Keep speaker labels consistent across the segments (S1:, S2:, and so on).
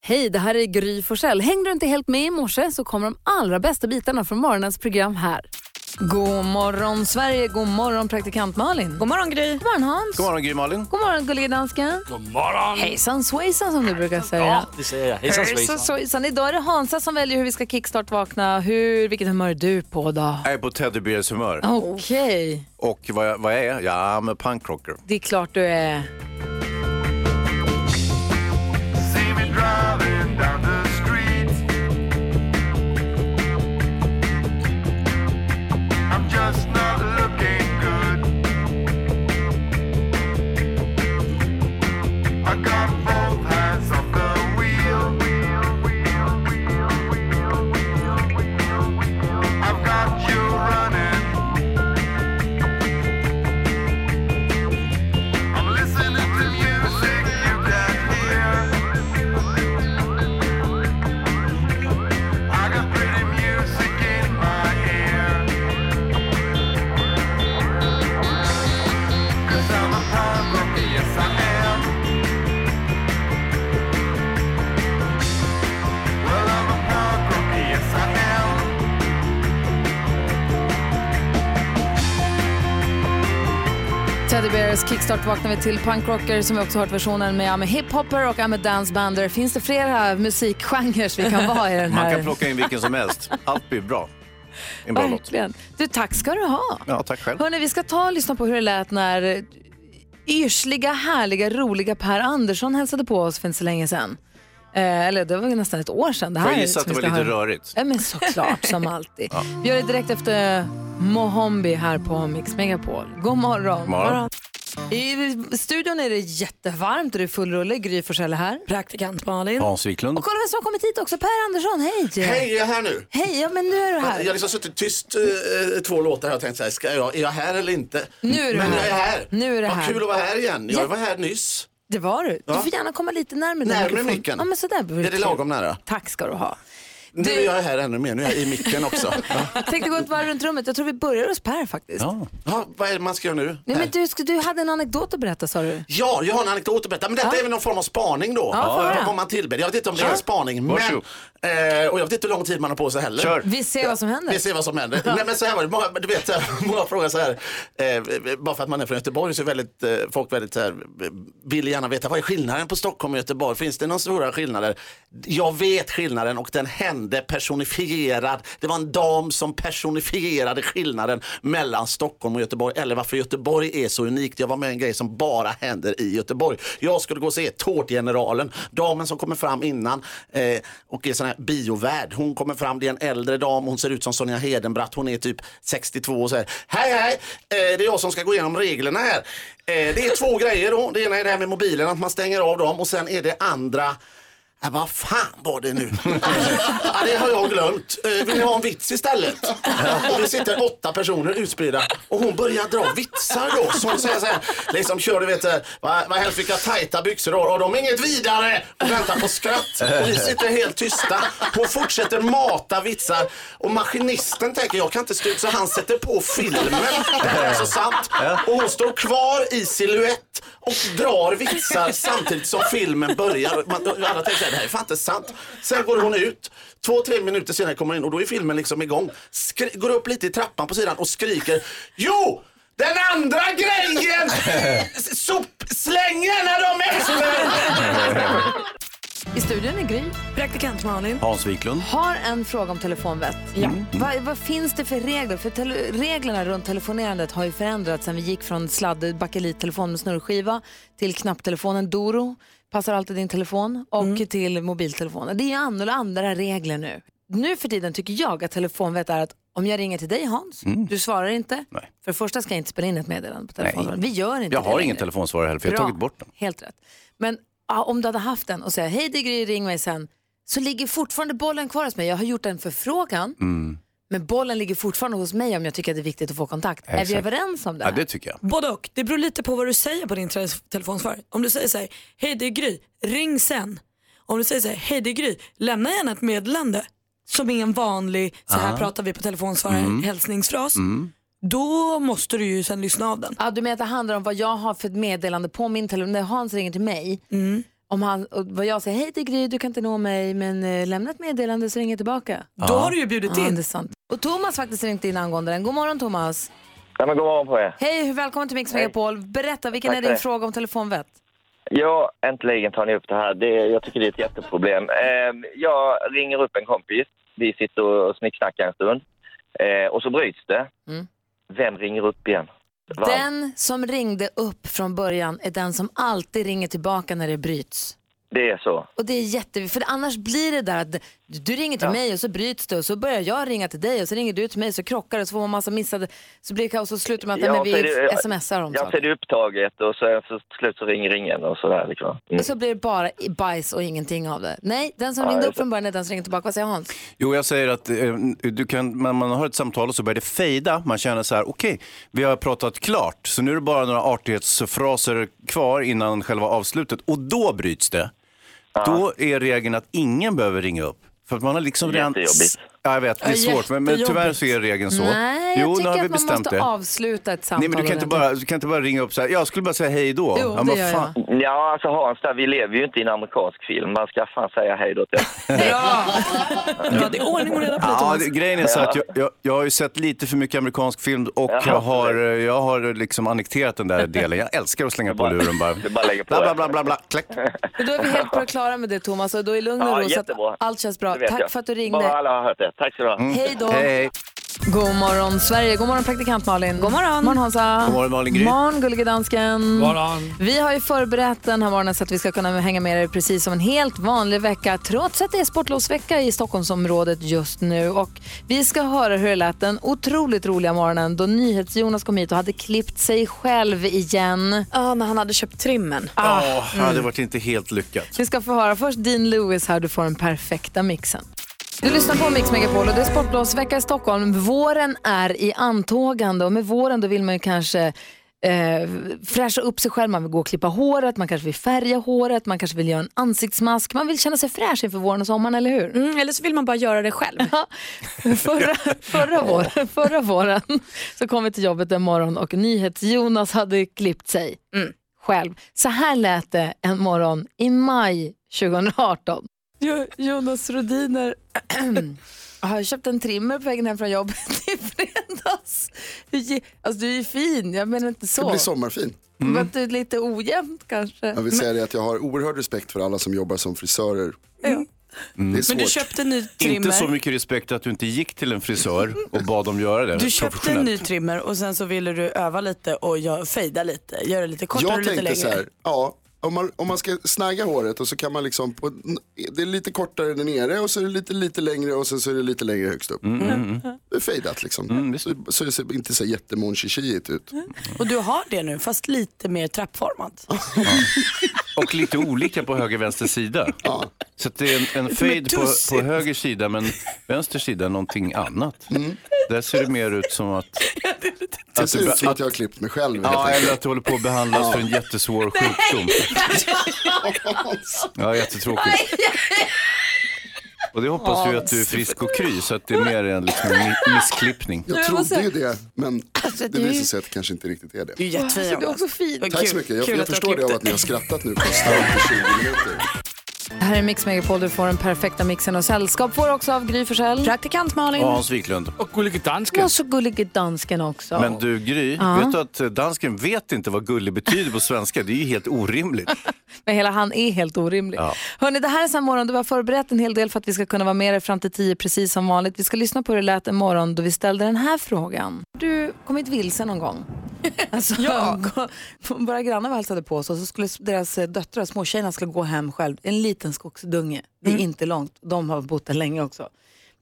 S1: Hej, det här är Gry Forssell. Hängde du inte helt med i morse så kommer de allra bästa bitarna från morgonens program här. God morgon Sverige, god morgon praktikant Malin. God morgon Gry. God morgon Hans.
S2: God morgon Gry Malin.
S1: God morgon gullige dansken.
S3: God morgon.
S1: Hejsan svejsan som du brukar säga.
S3: Det säger jag. Hejsan svejsan.
S1: svejsan. Idag är det Hansa som väljer hur vi ska kickstart-vakna. Hur, vilket humör är du på då?
S2: Jag är på teddybjörns humör.
S1: Okej,
S2: Och vad jag, vad jag är? Ja, med punkrocker.
S1: det är klart du är.
S4: See me driving down the street. I'm just not looking good. I got both hands on the wheel. I've got you running. I'm listening to music you can hear. I got pretty music in my ear. Cause I'm a punk rocker, yes I am. Well, I'm a punk rocker, yes I am.
S1: Teddy Bears kickstart vaknar vi till punkrocker som vi också hört versionen med. I'm a hiphopper och I'm a dancebander. Finns det flera musikgenrer vi kan vara i den här?
S2: Man kan plocka in vilken som helst. Allt blir bra. En bra låt.
S1: Verkligen. Du, tack ska du ha.
S2: Ja, tack själv.
S1: Hörrni, vi ska ta och lyssna på hur det lät när yrsliga, härliga, roliga Per Andersson hälsade på oss för inte så länge sedan. Eh, eller det var ju nästan ett år sedan. Det här
S2: Får jag gissa att
S1: som
S2: det
S1: vi
S2: var
S1: ska
S2: lite
S1: höra.
S2: rörigt?
S1: Ja, men såklart, som alltid. Vi gör det direkt efter Mohombi här på Mix Megapol. God morgon.
S2: Morgon.
S1: I studion är det jättevarmt och det är full rulle. Gry Forssell är här.
S5: Praktikant Malin.
S2: Hans Wiklund.
S1: Och kolla vem som har kommit hit också, Per Andersson. Hej!
S6: Hej, jag är här nu.
S1: Hej, ja men nu är du
S6: Jag har
S1: här.
S6: liksom suttit tyst eh, två låtar här och tänkt så här, ska jag, är jag här eller inte?
S1: Nu är du
S6: Men
S1: här.
S6: jag är här.
S1: Nu är du
S6: Vad
S1: här.
S6: kul att vara här igen.
S1: Ja.
S6: Jag var här nyss.
S1: Det var du. Du
S6: Ja.
S1: får gärna komma lite närmare din
S6: Närmare
S1: mikrofon.
S6: micken.
S1: Ja, men sådär. vore
S6: Är det
S1: kul.
S6: lagom nära?
S1: Tack ska du ha.
S6: Nu är jag här ännu mer, nu är jag i micken också. Ja.
S1: Tänkte gå ett varv runt rummet. Jag tror vi börjar hos Per faktiskt.
S2: Ja.
S6: Ja, vad är det man ska göra nu?
S1: Nej, men
S6: Här.
S1: du, sk- du hade en anekdot att berätta sa du.
S6: Ja, jag har en anekdot att berätta. Men detta är väl någon form av spaning då.
S1: Ja, får höra.
S6: vad man tillber. Jag vet inte om det är en spaning. Men,
S2: Varsågod.
S6: eh, och jag vet inte hur lång tid man har på sig heller.
S2: Kör.
S1: Vi ser vad som händer.
S6: Vi ser vad som händer. Nej, men så här var det. Många, du vet, så här, många frågar så här. Eh, bara för att man är från Göteborg så är väldigt, eh, folk väldigt så här, eh, vill gärna veta vad är skillnaden på Stockholm och Göteborg? Finns det några stora skillnader? Jag vet skillnaden och den hände personifierad. Det var en dam som personifierade skillnaden mellan Stockholm och Göteborg eller varför Göteborg är så unikt. Jag var med i en grej som bara händer i Göteborg. Jag skulle gå och se Tårtgeneralen. Damen som kommer fram innan eh, och är sån här biovärd. Hon kommer fram, det är en äldre dam, hon ser ut som Sonja Hedenbratt. Hon är typ 62 och säger Hej hej, eh, det är jag som ska gå igenom reglerna här. Eh, det är två grejer då. Det ena är det här med mobilen, att man stänger av dem och sen är det andra Ja, vad fan var det nu? ja, det har jag glömt. Eh, Vill ni ha en vits istället? Och det sitter åtta personer utspridda och hon börjar dra vitsar då. Så hon säger så här, liksom kör du vet, eh, vad vad helst vilka tajta byxor du har och de är inget vidare och väntar på skratt. Och vi sitter helt tysta. Hon fortsätter mata vitsar och maskinisten tänker jag kan inte stå ut så han sätter på filmen. Det här är så sant. Och hon står kvar i siluett och drar vitsar samtidigt som filmen börjar. Man, alla tänker att det här är fan inte sant. Sen går hon ut, två, tre minuter senare kommer hon in och då är filmen liksom igång. Skri- går upp lite i trappan på sidan och skriker Jo! Den andra grejen! S- Sop, slängarna de efter!
S1: I studion är Gry.
S5: Praktikant Malin.
S2: Hans Wiklund.
S1: Har en fråga om telefonvett. Ja. Vad, vad finns det för regler? För tele- reglerna runt telefonerandet har ju förändrats sen vi gick från sladd bakelittelefonen med snurrskiva till knapptelefonen Doro, passar alltid din telefon, och till mobiltelefonen. Det är ju annorlunda andra regler nu. Nu för tiden tycker jag att telefonvett är att om jag ringer till dig Hans, du svarar inte.
S2: Nej.
S1: För det första ska jag inte spela in ett meddelande på telefonen.
S2: Nej.
S1: Vi gör inte
S2: Jag
S1: det
S2: har
S1: längre.
S2: ingen telefonsvarare heller för jag har
S1: Bra.
S2: tagit bort den.
S1: Helt rätt. Men ja, om du hade haft den och säger hej det är Gry, ring mig sen. Så ligger fortfarande bollen kvar hos mig. Jag har gjort en förfrågan.
S2: Mm.
S1: Men bollen ligger fortfarande hos mig om jag tycker att det är viktigt att få kontakt. Är vi
S2: Exakt.
S1: överens om det?
S2: Ja,
S1: Här?
S2: det tycker jag.
S5: Både och. Det beror lite på vad du säger på din tele- telefonsvar. Om du säger så här, hej det är Gry, ring sen. Om du säger så här, hej det är Gry, lämna gärna ett meddelande som är en vanlig, så här pratar vi på telefonsvar,
S7: Mm.
S5: hälsningsfras. Då måste du ju sen lyssna av den. Mm.
S1: Ja, du menar att det handlar om vad jag har för ett meddelande på min telefon. När Hans ringer till mig, Om han, och vad jag säger, hej det är Gry, du kan inte nå mig men eh, lämna ett meddelande så ringer jag tillbaka.
S5: Då har du ju bjudit
S1: Ja,
S5: in.
S1: det är sant. Och Thomas faktiskt ringt in angående den. God morgon Thomas.
S3: Nej, men god morgon på er.
S1: Hej, välkommen till Mix Megapol. Berätta, vilken
S3: Tack
S1: är
S3: för
S1: din
S3: det.
S1: fråga om telefonvett?
S3: Ja, äntligen tar ni upp det här. Det, jag tycker det är ett jätteproblem. Eh, jag ringer upp en kompis. Vi sitter och snicksnackar en stund. Eh, och så bryts det.
S1: Mm.
S3: Vem ringer upp igen? Va?
S1: Den som ringde upp från början är den som alltid ringer tillbaka när det bryts.
S3: Det är så.
S1: Och det är jätte... För annars blir det där att du ringer till
S3: Ja.
S1: mig och så bryts det och så börjar jag ringa till dig och så ringer du till mig så krockar det och så får man massa missade... Så blir det kaos och så slutar man att
S3: Ja,
S1: nej, men
S3: så
S1: vi
S3: är det-
S1: smsar om
S3: Jag
S1: saker.
S3: ser det upptaget och så, så till slut så ringer ingen och sådär. Liksom. Mm.
S1: Och så blir det bara i- bajs och ingenting av det. Nej, den som
S3: Ja,
S1: ringde
S3: just
S1: upp från början är den som ringer tillbaka. Vad säger Hans?
S2: Jo, jag säger att eh, du kan, när man har ett samtal och så börjar det fejda. Man känner så här, okej, vi har pratat klart. Så nu är det bara några artighetsfraser kvar innan själva avslutet. Och då bryts det. Då är regeln att ingen behöver ringa upp. För att man har liksom redan...
S3: Jättejobbigt.
S2: Ja, jag vet, det är
S5: Ja,
S2: svårt. Men, men tyvärr så är regeln så.
S1: Nej,
S2: jo,
S1: jag
S2: nu
S1: tycker
S2: har vi
S1: att man
S2: bestämt
S1: måste
S2: det.
S1: avsluta ett samtal.
S2: Nej, men du kan, inte
S1: ordentligt.
S2: bara, du kan inte bara ringa upp så här, jag skulle bara säga hej då.
S1: Jo,
S2: men
S1: det gör
S2: fan.
S1: jag.
S3: Ja, alltså Hans, där, vi lever ju inte i en amerikansk film. Man ska fan säga hej då till
S5: Ja, det är ordning och reda på det
S2: Ja,
S5: Thomas.
S2: det, grejen är så att jag, jag, jag har ju sett lite för mycket amerikansk film och
S3: Ja,
S2: jag har, eh, jag har liksom annekterat den där delen. Jag älskar att slänga på
S3: bara-
S2: luren bara.
S3: du bara lägger på
S2: bla, bla,
S3: det.
S2: bla, bla, bla. Klack.
S1: Men då är vi helt på det klara med det Thomas och då är lugn och
S3: Ja,
S1: ro så att
S3: jättebra.
S1: allt känns bra.
S3: Det vet
S1: Tack
S3: jag.
S1: för att du ringde.
S3: Bara alla har hört det. Tack så du ha.
S1: Hej då.
S2: Hej, hej.
S1: God morgon Sverige, god morgon praktikant Malin. God morgon. morgon Hansa. God
S2: morgon, Malin Gry.
S1: morgon gullige dansken. Morgon. Vi har ju förberett den här morgonen så att vi ska kunna hänga med er precis som en helt vanlig vecka trots att det är sportlovsvecka i Stockholmsområdet just nu. Och vi ska höra hur det lät den otroligt roliga morgonen då NyhetsJonas kom hit och hade klippt sig själv igen. Ah,
S8: Ja, när han hade köpt trimmen.
S2: Åh, det hade
S1: mm.
S2: varit inte helt lyckat.
S1: Vi ska få höra först Dean Lewis här, du får den perfekta mixen. Du lyssnar på Mix Megapol och det är sportlovsvecka i Stockholm. Våren är i antågande och med våren då vill man ju kanske eh, fräscha upp sig själv. Man vill gå och klippa håret, man kanske vill färga håret, man kanske vill göra en ansiktsmask. Man vill känna sig fräsch inför våren och sommaren, eller hur?
S8: Mm, eller så vill man bara göra det själv.
S1: Förra,
S7: Eh.
S1: förra, vår, förra våren så kom vi till jobbet en morgon och NyhetsJonas hade klippt sig
S7: Mm.
S1: själv. Så här lät det en morgon i maj 2018. Jo, Jonas Rodiner har köpt en trimmer på vägen hem från jobbet i fredags. Hur ge- Alltså du är ju fin, jag menar inte
S7: Det
S1: så.
S7: blir sommarfin.
S5: Mm.
S1: Men att du är lite ojämnt kanske.
S7: Jag vill säga det att jag har oerhörd respekt för alla som jobbar som frisörer. Det är
S5: Mm. Men du
S7: svårt.
S5: köpte en ny
S2: Inte så
S5: trimmer.
S2: mycket respekt att du inte gick till en frisör och bad dem göra det.
S5: Du köpte en
S2: professionellt.
S5: ny trimmer och sen så ville du öva lite och gö- fejda lite, göra det lite kortare och
S7: Jag
S5: lite längre.
S7: tänkte så här, ja, om man, om man ska snagga håret och så kan man liksom, på, det är lite kortare där nere och så är det lite, lite längre och sen så är det lite längre högst upp. Det är fejdat liksom. så, så det ser inte så jättemon ut.
S5: Och du har det nu, fast lite mer trappformat.
S2: Och lite olika på höger och vänster sida. Så att det är en, en fade på, på
S5: tussigt.
S2: höger sida men vänster sida någonting annat. Där ser det mer ut som att...
S7: Det
S2: att
S7: ser
S2: du-
S7: ut som
S2: att-
S7: att jag har klippt mig själv. helt
S2: Ja,
S7: enkelt.
S2: eller att du håller på att behandlas för en jättesvår sjukdom. Ja, jättetråkigt. Och det hoppas vi att du är frisk och kry, så att det är mer en liksom, mi- missklippning.
S7: Jag trodde ju det, men
S5: Alltså,
S7: det visade sig att det kanske inte riktigt är det.
S5: Du Alltså, är jättefin.
S1: Du är också fin.
S7: Tack så mycket. Jag, jag förstår det av att ni har skrattat nu konstant i 20 minuter.
S1: Det här är Mix Megapol, du får den perfekta mixen och sällskap. Får också av Gry Forssell.
S8: Praktikant Malin.
S2: Och Hans Wiklund.
S1: Och så gullig dansken också.
S2: Men du Gry, vet du att eh, dansken vet inte vad gullig betyder på svenska? Det är ju helt orimligt.
S1: Men hela han är helt orimlig.
S2: Ja.
S1: Hörni, det här är en sån morgon då vi har förberett en hel del för att vi ska kunna vara med er fram till tio precis som vanligt. Vi ska lyssna på hur det lät en morgon då vi ställde den här frågan. Har Du kommit vilse någon gång? Alltså, ja. Våra grannar var och hälsade på oss och så skulle deras eh, döttrar, småtjejerna, skulle gå hem själv. En liten skogsdunge. Det är inte långt. De har bott där länge också.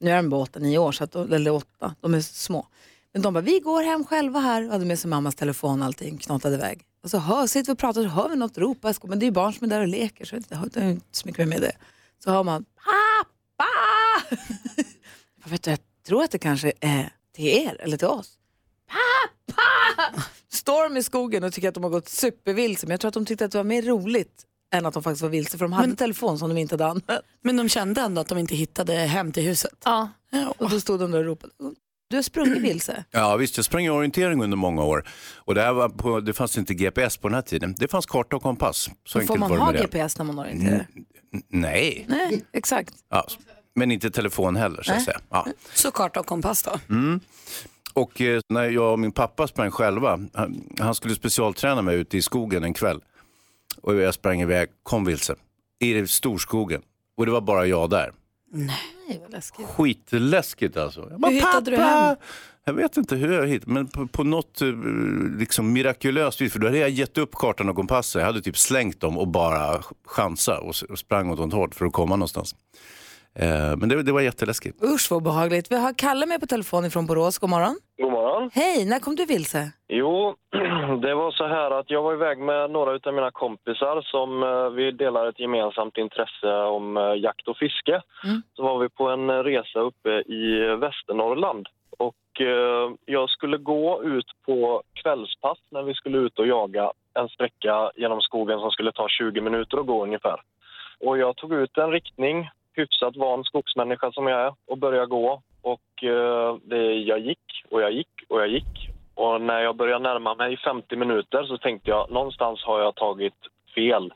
S1: Nu är de bara åtta, nio år, så att, eller åtta. De är små. Men de bara, vi går hem själva här. Och hade med sig mammas telefon och allting, knatade iväg. Och så hör, sitter vi och pratar så hör vi något ropa. Men det är ju barn som är där och leker så det har det har inte så mycket med det. Så hör man, pappa! jag, vet, du, jag tror att det kanske är till er eller till oss. Pappa! Storm i skogen och tycker att de har gått supervilse. Men jag tror att de tyckte att det var mer roligt än att de faktiskt var vilse. För de hade telefon som de inte hade använt.
S5: Men de kände ändå att de inte hittade hem till huset.
S1: Ja. Och då stod de där och ropade. Du har sprungit vilse.
S2: Ja visst, jag sprang i orientering under många år. Och det, här var på, det fanns inte GPS på den här tiden. Det fanns karta och kompass. Så
S1: Får
S2: enkelt
S1: man
S2: var det
S1: ha
S2: med det.
S1: GPS när man orienterar?
S2: Nej,
S1: Nej, exakt.
S2: ja, men inte telefon heller så att säga. Ja. Mm.
S5: Så karta och kompass då.
S2: Och eh, när jag och min pappa sprang själva, han, han skulle specialträna mig ute i skogen en kväll. Och jag sprang iväg, kom vilse, i storskogen. Och det var bara jag där.
S1: Nej, vad läskigt.
S2: Skitläskigt alltså. Jag
S8: Hur hittade du hem?
S2: Jag vet inte hur jag hittade, men på, på något eh, liksom mirakulöst vis, för då hade jag gett upp kartan och kompassen. Jag hade typ slängt dem och bara ch- chansa och, s- och sprang åt något håll för att komma någonstans. Eh, men det, det var jätteläskigt.
S1: Usch vad obehagligt. Vi har Kalle med på telefon från Borås. God morgon.
S9: God morgon.
S1: Hej, när kom du vilse?
S9: Jo, det var så här att jag var iväg med några av mina kompisar som eh, vi delar ett gemensamt intresse om eh, jakt och fiske.
S1: Mm.
S9: Så var vi på en eh, resa uppe i eh, Västernorrland och eh, jag skulle gå ut på kvällspass när vi skulle ut och jaga en sträcka genom skogen som skulle ta 20 minuter att gå ungefär. Och jag tog ut en riktning, hyfsat van skogsmänniska som jag är, och började gå. Och eh, det, jag gick och jag gick och jag gick och när jag började närma mig 50 minuter så tänkte jag någonstans har jag tagit fel.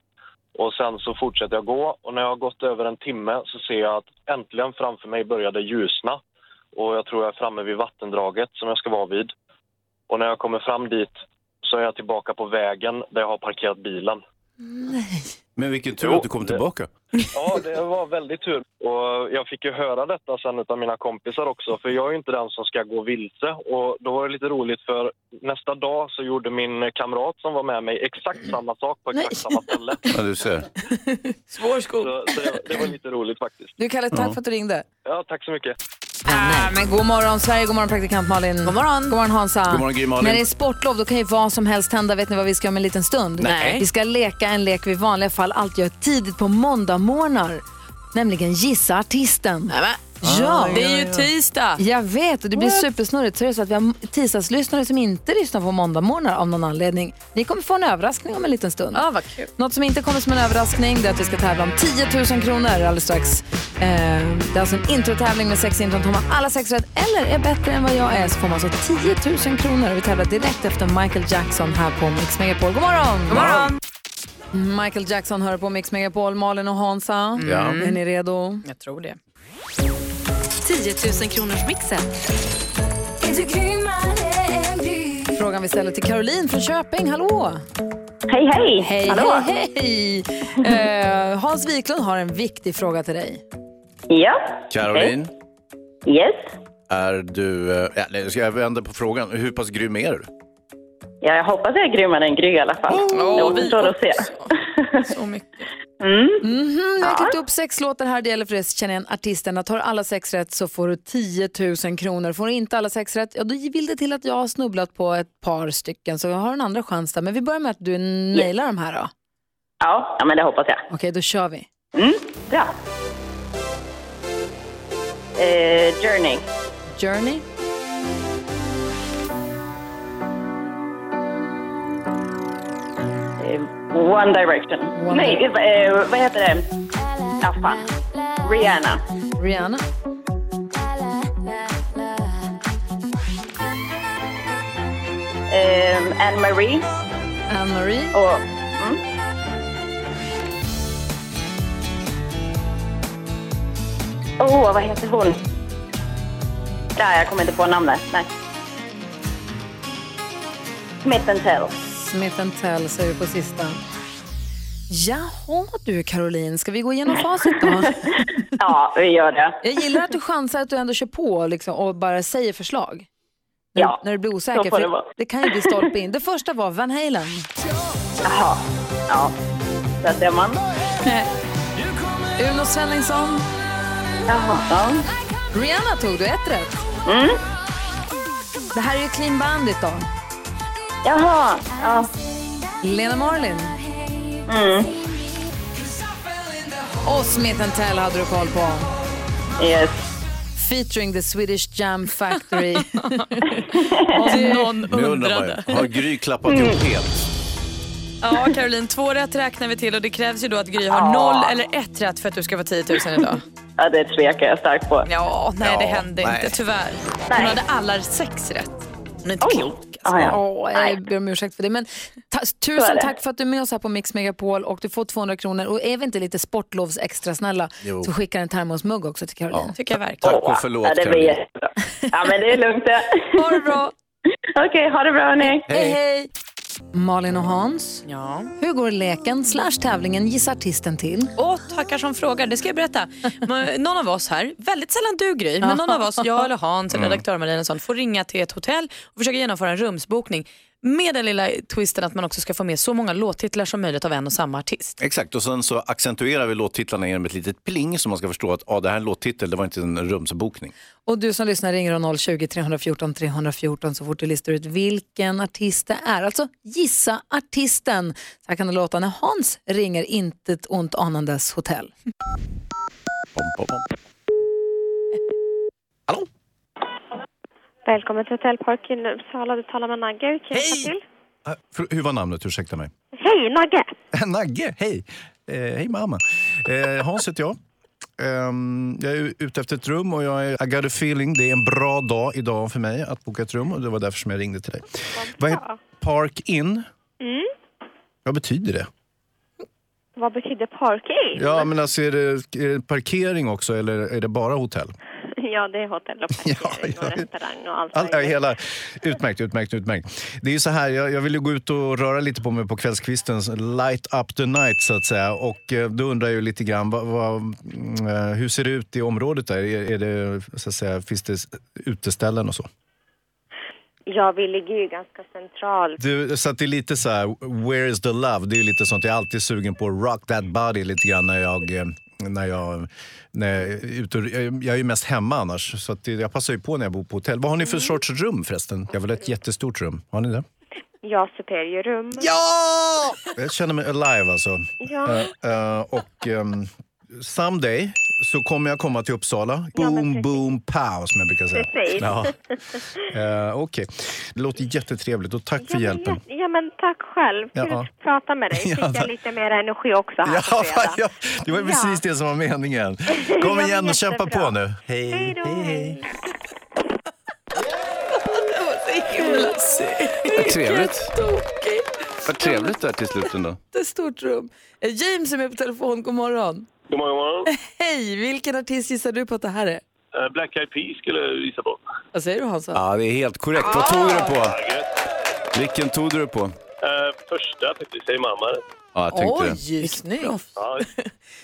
S9: Och sen så fortsätter jag gå och när jag har gått över en timme så ser jag att äntligen framför mig började ljusna. Och jag tror jag är framme vid vattendraget som jag ska vara vid. Och när jag kommer fram dit så är jag tillbaka på vägen där jag har parkerat bilen.
S2: Men vilken tur
S9: Jo,
S2: att du kom
S9: det-
S2: tillbaka.
S9: Ja, det var väldigt tur. Och jag fick ju höra detta sen av mina kompisar också, för jag är ju inte den som ska gå vilse. Och då var det lite roligt, för nästa dag så gjorde min kamrat som var med mig exakt samma sak på exakt samma ställe.
S2: Ja, du ser.
S5: Svår skog.
S9: Så, så det, det var lite roligt faktiskt.
S1: Du Kalle, tack för att du ringde.
S9: Ja, tack så mycket.
S1: Ah, men god morgon Sverige, god morgon praktikant Malin. God morgon. God morgon Hansa.
S2: God morgon, Gry Malin.
S1: När det är sportlov då kan ju vad som helst hända. Vet ni vad vi ska göra om en liten stund?
S8: Nej.
S1: Vi ska leka en lek vi i vanliga fall alltid gör tidigt på måndagmorgnar. Nämligen gissa artisten. Ja,
S8: Det är ju tisdag.
S1: jag vet och det blir supersnurrigt. Så är det så att vi har tisdagslyssnare som inte lyssnar på måndagmorgnar av någon anledning. Ni kommer få en överraskning om en liten stund.
S8: Ja, vad kul.
S1: Något som inte kommer som en överraskning det är att vi ska tävla om 10 000 kronor alldeles strax. Eh, det är alltså en introtävling med sex intron. Tar man alla sex rätt eller är bättre än vad jag är så får man alltså 10 000 kronor. Och vi tävlar direkt efter Michael Jackson här på Mix Megapol. God morgon! God morgon! Michael Jackson hör på Mix Megapol. Malin och Hansa, Mm.
S2: Ja.
S1: är ni redo?
S8: Jag tror det.
S10: 10 000 kronors mixen.
S1: Frågan vi ställer till Caroline från Köping. Hallå!
S11: Hej, hej!
S1: Hej,
S11: Hallå.
S1: hej, hej! Eh, Hans Wiklund har en viktig fråga till dig.
S11: Ja,
S2: Caroline,
S11: yes.
S2: är du... eh, Ja, nej, ska jag vända på frågan? Hur pass grym är du?
S11: Ja, jag hoppas jag är grymmare än Gry i alla fall. det återstår att se.
S5: Så mycket.
S11: Mm.
S1: Mhm, jag har klippt upp sex låtar här. Det gäller för dig att känna igen artisterna. Tar alla sex rätt så får du 10 000 kronor. Får du inte alla sex rätt, ja då vill det till att jag har snubblat på ett par stycken. Så jag har en andra chans där. Men vi börjar med att du nailar de här då.
S11: Ja, ja men det hoppas jag.
S1: Okej, då kör vi.
S11: Mm, bra. Eh, Journey.
S1: Journey.
S11: Eh, One Direction.
S1: One
S11: Nej, eh, vad heter det? Ja, fan. um, Rihanna.
S1: Rihanna.
S11: Eh, Anne Marie.
S1: Anne Marie.
S11: Och... Mm. Åh, vad heter hon? Nej, jag kommer inte på namnet. Nej. Smith and Tell.
S1: Smith Tell säger du på sista. Jaha du Caroline, ska vi gå igenom facit då?
S11: Ja, vi gör det.
S1: Jag gillar att du chansar att du ändå kör på liksom, och bara säger förslag. När,
S11: Ja,
S1: du, när du blir
S11: så
S1: osäker.
S11: får
S1: för
S11: det vara.
S1: det kan ju bli stolpe in. Det första var Van Halen.
S11: Jaha. Ja, där ser man.
S1: Uno Svenningsson.
S11: Jaha. Ja.
S1: Rihanna tog du, ett rätt.
S11: Mm.
S1: Det här är ju Clean Bandit då.
S11: Jaha. Ja.
S1: Lena Marlin.
S11: Mm.
S1: Och Smith Tell hade du koll på.
S11: Yes.
S1: Featuring the Swedish Jam Factory.
S8: Om någon
S2: Nu undrar man
S8: undrade.
S11: Mm.
S2: ju, har Gry klappat ihop helt?
S12: Ja, Caroline, två rätt räknar vi till och det krävs ju då att Gry har
S11: Ja.
S12: noll eller ett rätt för att du ska få 10 000 idag.
S11: Ja, det tvekar jag starkt på.
S12: Ja, nej det
S11: Ja,
S12: hände
S11: nej.
S12: inte tyvärr. Hon hade alla sex rätt. Hon är inte klok.
S1: Åh,
S11: Ah,
S5: Ah,
S12: alltså.
S1: jag ber om ursäkt för det. Men ta,
S12: är
S1: tusen
S12: det.
S1: tack för att du är med oss här på Mix Megapol och du får 200 kronor. Och är vi inte lite sportlovs extra snälla
S2: Jo.
S1: så skickar en termosmugg också till Caroline.
S2: Ja.
S12: Tycker jag verkligen.
S2: Tack och förlåt,
S11: Ja, det blir
S2: Caroline.
S11: jättebra. Ja, men det är lugnt det.
S12: Ha det bra.
S11: Okej, ha det bra hörni.
S1: Hej, hej. Malin och Hans, hur går leken slash tävlingen Gissa artisten till?
S12: Åh, tackar som frågar. Det ska jag berätta. Man- Någon av oss här, väldigt sällan du Gry, men någon av oss, jag eller Hans eller
S1: Mm.
S12: redaktör Malin och sånt, får ringa till ett hotell och försöka genomföra en rumsbokning med den lilla twisten att man också ska få med så många låttitlar som möjligt av en och samma artist.
S2: Exakt, och sen så accentuerar vi låttitlarna genom ett litet pling så man ska förstå att ah, det här är en låttitel, det var inte en rumsbokning.
S1: Och du som lyssnar ringer 020-314 314 så fort du listar ut vilken artist det är. Alltså gissa artisten. Så här kan det låta när Hans ringer intet ont anandes hotell.
S2: Pom, pom, pom.
S13: Välkommen till Hotell Parkin Uppsala. Du talar med Nagge. Hur kan jag hjälpa till?
S2: Eh, för- Hur var namnet? Ursäkta mig.
S13: Hej, Nagge!
S2: Nagge, hej! Eh, hej mamma. Eh, Hans heter jag. Ehm, jag är ute efter ett rum och jag är I got a feeling. Det är en bra dag idag för mig att boka ett rum och det var därför som jag ringde till dig. Vad heter Park In?
S13: Mm.
S2: Vad betyder det?
S13: Vad betyder parking?
S2: Ja, men alltså är det, är det parkering också eller är det bara hotell?
S13: Ja, det är hotell och parkering och restaurang och allt.
S2: All, ja, hela. Utmärkt, utmärkt, utmärkt. Det är ju så här, jag, jag vill ju gå ut och röra lite på mig på kvällskvisten, så light up the night så att säga. Och eh, då undrar jag ju lite grann, vad, vad, mm, eh, hur ser det ut i området där? Är, är det, så att säga, finns det s- uteställen och så?
S13: Ja, vi ligger ju ganska centralt.
S2: Du, så att det är lite så här, where is the love? Det är ju lite sånt, jag är alltid sugen på rock that body lite grann när jag eh, när jag, när jag, är ute och- jag är- jag är ju mest hemma annars, så att det- jag passar ju på när jag bor på hotell. Vad har ni för
S13: Mm.
S2: sorts rum förresten? Jag vill ha ett jättestort rum. Har ni det?
S13: Ja, superior rum.
S2: Ja! Jag känner mig alive alltså.
S13: Ja.
S2: Eh, eh, och ehm, someday så kommer jag komma till Uppsala. Boom, boom, pow som jag brukar säga.
S13: Precis.
S2: Ja. Eh, Okej, det låter jättetrevligt och tack för hjälpen.
S13: ja, men tack själv. Kul
S2: Ja.
S13: att prata med dig. Fick
S2: Ja, tack.
S13: jag lite mer energi också här på
S2: Ja,
S13: fredag.
S2: ja, det var ju precis det som var meningen. Kom
S13: Ja,
S2: igen
S13: men
S2: och kämpa
S13: jättebra.
S2: på nu. Hej.
S13: Hej då. Hej.
S2: Vad trevligt.
S1: Vad
S2: trevligt det är till slut ändå.
S1: Jättestort rum. Eh, James är med på telefon, god morgon.
S14: God morgon, god morgon.
S1: Hej, vilken artist gissar du på att det här är?
S14: Eh, Black Eyed Peas skulle jag visa på.
S1: Vad säger du Hansa?
S2: Ja, det är helt korrekt. Vad tog du på? Vilken tog du på?
S14: Eh, första faktiskt, säger mamma.
S2: Ja, jag tänkte det.
S1: Oj, snyggt.
S14: Ja,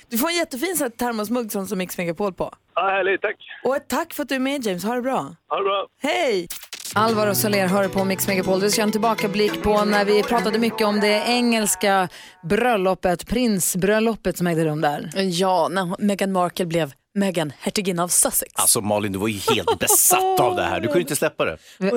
S1: Du får en jättefin sån här termosmugg som som Mix Megapol på.
S14: ja härligt. Tack.
S1: Och ett tack för att du är med James, ha det bra.
S14: Ha det bra.
S1: Hej! Alvaro Soler hör på Mix Megapol. Vi ska göra en tillbakablick på när vi pratade mycket om det engelska bröllopet, prinsbröllopet som ägde rum där.
S12: Ja, när Meghan Markle blev Meghan, hertiginna av Sussex.
S2: Alltså Malin, du var ju helt besatt av det här. Du kunde inte släppa det.
S1: Vi-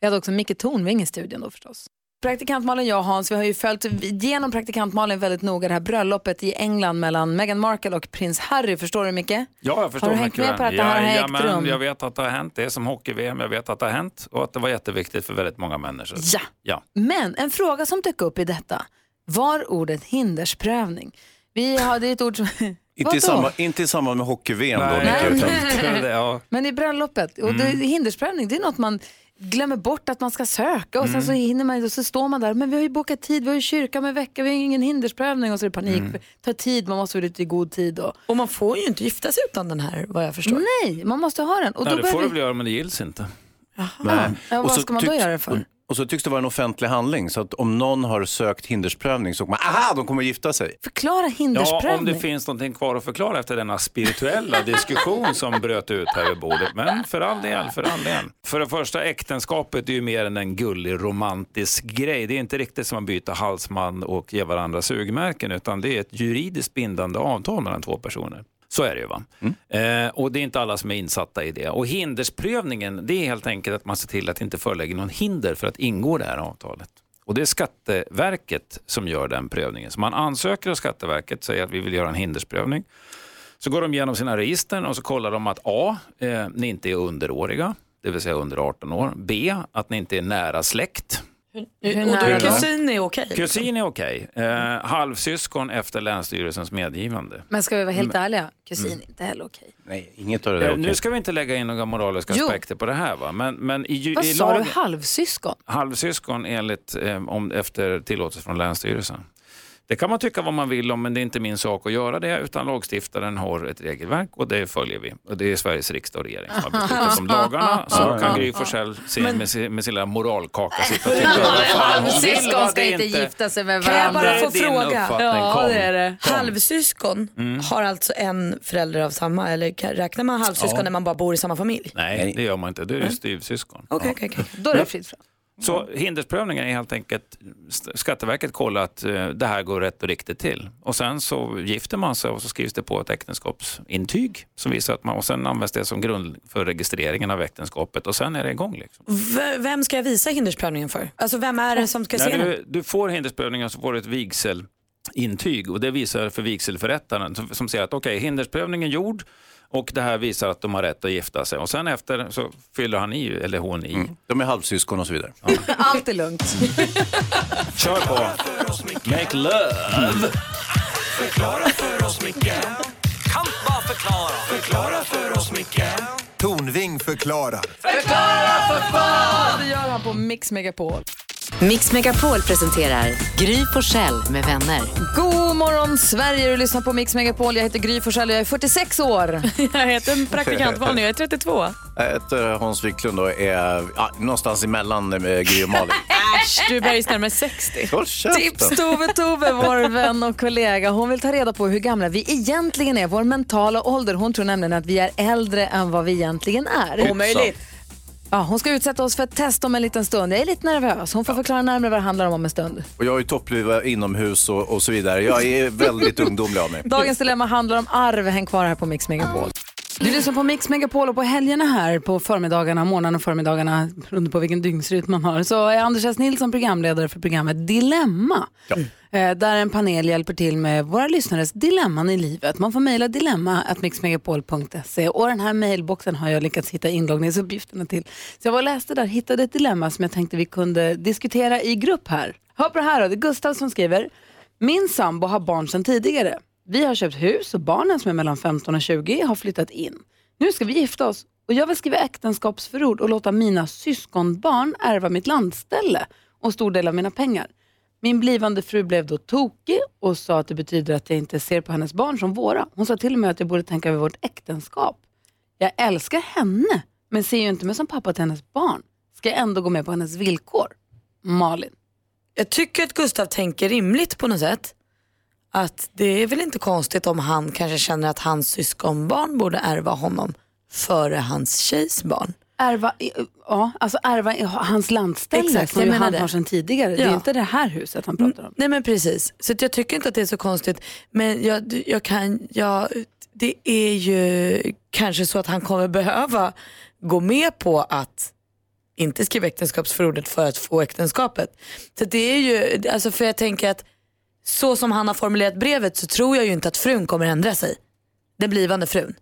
S1: Vi hade också Micke Tornving i studion då förstås. Praktikant Malin, jag och Hans, vi har ju följt genom praktikant Malin väldigt noga det här bröllopet i England mellan Meghan Markle och prins Harry. Förstår du Micke?
S15: Ja, jag förstår
S1: Har du hängt
S15: mycket
S1: med
S15: väl.
S1: på att det här har ägt
S15: Jajamän,
S1: rum?
S15: Jag vet att det har hänt. Det är som hockey-VM. Jag vet att det har hänt och att det var jätteviktigt för väldigt många människor.
S1: Ja.
S15: ja.
S1: Men en fråga som dök upp i detta var ordet hindersprövning. Vi hade ett ord som...
S2: Inte i,
S1: Vadå?
S2: samband, inte i samband med hockey-VM då.
S1: Nej,
S2: Micke, utan-
S1: nej. Men i bröllopet, och det,
S2: Mm.
S1: hindersprövning det är något man glömmer bort att man ska söka och sen
S2: Mm.
S1: så hinner man och så står man där, men vi har ju bokat tid, vi har ju kyrka om en vecka, vi har ju ingen hindersprövning och så är det panik.
S12: Mm.
S1: Det tar tid, man måste vara ute i god tid. Och...
S12: Och man får ju inte gifta sig utan den här vad jag förstår.
S1: Nej, man måste ha den. Och då
S15: Nej, det får
S1: börjar
S15: du
S1: vi...
S15: väl göra, men det gills inte.
S2: Nej.
S1: Ja, vad ska man då
S2: tycks-
S1: göra det för?
S2: Och, och så tycks det vara en offentlig handling, så att om någon har sökt hindersprövning så kommer man, aha, de kommer att gifta sig.
S1: Förklara
S15: Ja, om
S1: hindersprövning.
S15: det finns någonting kvar att förklara efter denna spirituella diskussion som bröt ut här vid bordet. Men för all del, för all del. För det första, äktenskapet är ju mer än en gullig romantisk grej. Det är inte riktigt som att byta halsman och ge varandra sugmärken, utan det är ett juridiskt bindande avtal mellan två personer. Så är det ju. Va? Eh, och det är inte alla som är insatta i det. Och hindersprövningen, det är helt enkelt att man ser till att inte förelägga någon hinder för att ingå det här avtalet. Och Det är Skatteverket som gör den prövningen. Så man ansöker hos Skatteverket, säger att vi vill göra en hindersprövning. Så går de igenom sina register och så kollar de att A, eh, ni inte är underåriga, det vill säga under 18 år. B, att ni inte är nära släkt.
S1: Hur
S12: Och då är
S1: nära då?
S12: kusin är okej.
S15: Kusin är okej. Eh, halvsyskon efter Länsstyrelsens medgivande.
S1: Men ska vi vara helt
S15: Mm.
S1: ärliga, kusin
S15: Mm.
S1: inte heller okej.
S2: Nej, inget av det där
S15: Eh,
S2: är okej.
S15: Nu ska vi inte lägga in några moraliska
S1: Jo.
S15: aspekter på det här va? Men, men i, ju-
S1: Vad
S15: i
S1: sa
S15: lagen-
S1: du, halvsyskon?
S15: halvsyskon enligt, eh, om, efter tillåtelse från Länsstyrelsen. Det kan man tycka vad man vill om, men det är inte min sak att göra det, utan lagstiftaren har ett regelverk och det följer vi. Och det är Sveriges riksdag och regering som har beslutat om lagarna. Så kan Gry Forssell se med, sin, med sin lilla moralkaka sitta och tycka vad fan hon vill.
S1: Halvsyskon
S15: vad
S1: ska
S15: det
S1: inte gifta sig med
S5: Kan jag
S1: varandra.
S5: bara få
S15: Det är din
S5: fråga?
S15: uppfattning. Kom. Kom.
S5: Halvsyskon
S15: Mm.
S5: har alltså en förälder av samma, eller kan- räknar man halvsyskon
S15: Ja.
S5: när man bara bor i samma familj?
S15: Nej, det gör man inte. Du är ju styvsyskon.
S5: Okej, okej, okej.
S1: Då är det fritt fram.
S15: Så
S2: Mm.
S15: hindersprövningen är helt enkelt, St- Skatteverket kollar att eh, det här går rätt och riktigt till. Och sen så gifter man sig och så skrivs det på ett äktenskapsintyg som visar att man, och sen används det som grund för registreringen av äktenskapet och sen är det igång. Liksom.
S5: V- vem ska jag visa hindersprövningen för? Alltså vem är det som ska se
S15: När
S5: den?
S15: du, du får hindersprövningen så får du ett vigselintyg och det visar för vigselförrättaren som, som säger att okej, hindersprövningen är gjord och det här visar att de har rätt att gifta sig. Och sen efter så fyller han i, eller hon i.
S2: Mm. De är halvsyskon och så vidare.
S1: Allt är lugnt.
S15: Mm. Kör på! Make love!
S4: Förklara för oss, Micke. Kan bara förklara. Förklara för oss, Micke. Tornving förklarar.
S1: Förklara för fan! Det gör han på Mix Megapol.
S10: Mix Megapol presenterar Gry Forssell med vänner.
S1: God morgon Sverige, du lyssnar på Mix Megapol. Jag heter Gry Forssell och jag är 46 år.
S12: jag heter praktikant Malin, jag är 32.
S2: Jag heter Hans Wiklund och är ja, någonstans emellan eh, Gry och Malin.
S12: Äsch, du är bergis närmare 60.
S2: Håll käften.
S1: Tips Tove Tove, vår vän och kollega. Hon vill ta reda på hur gamla vi egentligen är, vår mentala ålder. Hon tror nämligen att vi är äldre än vad vi egentligen är.
S12: Omöjligt.
S1: Ja, hon ska utsätta oss för ett test om en liten stund. Jag är lite nervös. Hon får förklara närmare vad det handlar om om en stund.
S2: Och jag är toppluva inomhus och, och så vidare. Jag är väldigt ungdomlig av mig.
S1: Dagens dilemma handlar om arv. Häng kvar här på Mix Megapol. Du lyssnar på Mix Megapol och på helgerna här på förmiddagarna, morgnarna och förmiddagarna, beroende på vilken dygnsrytm man har, så är Anders S. Nilsson programledare för programmet Dilemma. Eh, Där en panel hjälper till med våra lyssnares dilemman i livet. Man får mejla dilemma.mixmegapol.se och den här mejlboxen har jag lyckats hitta inloggningsuppgifterna till. Så jag var och läste där, hittade ett dilemma som jag tänkte vi kunde diskutera i grupp här. Hör på det här då, det är Gustav som skriver. Min sambo har barn sedan tidigare. Vi har köpt hus och barnen som är mellan 15 och 20 har flyttat in. Nu ska vi gifta oss och jag vill skriva äktenskapsförord och låta mina syskonbarn ärva mitt landställe och stor del av mina pengar. Min blivande fru blev då tokig och sa att det betyder att jag inte ser på hennes barn som våra. Hon sa till och med att jag borde tänka över vårt äktenskap. Jag älskar henne, men ser ju inte mig som pappa till hennes barn. Ska jag ändå gå med på hennes villkor? Malin.
S5: Jag tycker att Gustav tänker rimligt på något sätt. Att det är väl inte konstigt om han kanske känner att hans syskonbarn borde ärva honom före hans tjejs barn.
S1: Ärva, i- ja, alltså ärva i- hans landställe
S5: Exakt,
S1: som
S5: jag
S1: ju
S5: menar
S1: han
S5: det.
S1: har sedan tidigare. Det är
S5: Ja.
S1: inte det här huset han pratar om.
S5: Mm. Nej men precis, så att jag tycker inte att det är så konstigt. Men jag, jag kan, jag, det är ju kanske så att han kommer behöva gå med på att inte skriva äktenskapsförordet för att få äktenskapet. Så det är ju, alltså för jag tänker att så som han har formulerat brevet så tror jag ju inte att frun kommer ändra sig. Den blivande frun.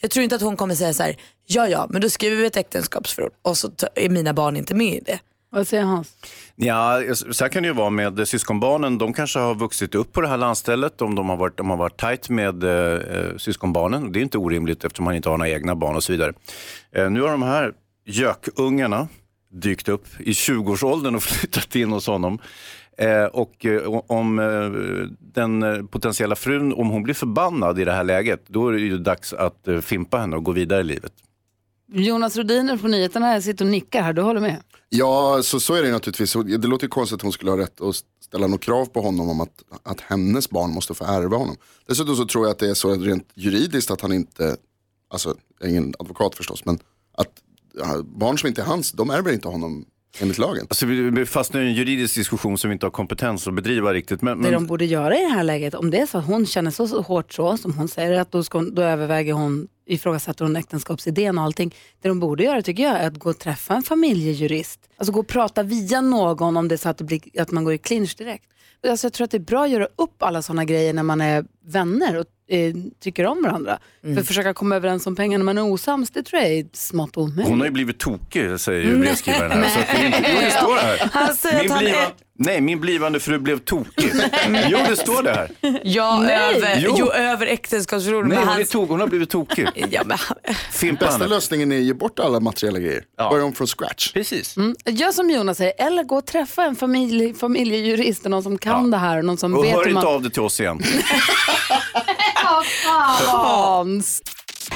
S5: Jag tror inte att hon kommer säga så här, ja ja, men då skriver vi ett äktenskapsförord och så ta- är mina barn inte med i det.
S1: Vad säger Hans?
S2: Ja, så här kan det ju vara med syskonbarnen. De kanske har vuxit upp på det här landstället om de har varit, om de har varit tajt med eh, syskonbarnen. Och Det är inte orimligt eftersom man inte har några egna barn och så vidare. Eh, nu har de här gökungarna dykt upp i 20-årsåldern och flyttat in hos honom. Eh, och eh, o- om eh, den eh, potentiella frun, om hon blir förbannad i det här läget, då är det ju dags att eh, fimpa henne och gå vidare i livet.
S1: Jonas Rodiner på nyheterna här sitter och nickar här, du håller med?
S7: Ja, så, så är det ju naturligtvis. Och Det låter ju konstigt att hon skulle ha rätt att ställa något krav på honom om att, att hennes barn måste få ärva honom. Dessutom så tror jag att det är så rent juridiskt att han inte, alltså jag är ingen advokat förstås, men att ja, barn som inte är hans, de ärver inte honom enligt lagen.
S2: Alltså, vi vi fastnar i en juridisk diskussion som vi inte har kompetens att bedriva riktigt. Men,
S1: Det
S2: men-
S1: de borde göra i det här läget, om det är så att hon känner så så hårt så som hon säger, att då, ska hon, då överväger hon ifrågasatte hon äktenskapsidén och allting. Det de borde göra tycker jag är att gå och träffa en familjejurist. Alltså gå och prata via någon om det är så att, det blir, att man går i clinch direkt. Alltså jag tror att det är bra att göra upp alla sådana grejer när man är vänner och eh, tycker om varandra.
S2: Mm.
S1: För att försöka komma överens om pengar när man är osams, det tror jag är smått omöjligt.
S2: Hon har ju blivit tokig, säger ju brevskrivaren här. Så att det, är inte- jo, det står här.
S1: Han säger att han är-
S2: Nej, min blivande fru blev tokig. Jo, det står det här.
S12: Jag
S2: Nej.
S12: över,
S2: Jo.
S12: jo, över äktenskapsförord
S2: Nej,
S12: med
S2: hon, är
S12: hans...
S2: tok, hon har blivit tokig.
S12: Ja, men...
S7: Bästa lösningen är att ge bort alla materiella grejer. Börja om från scratch.
S2: Precis.
S1: Mm, gör som Jonas säger, eller gå och träffa en familj, familjejurist, och någon som kan det här och någon som
S2: Och
S1: vet
S2: hör
S1: hur
S2: inte
S1: man...
S2: av dig till oss igen.
S1: Hans.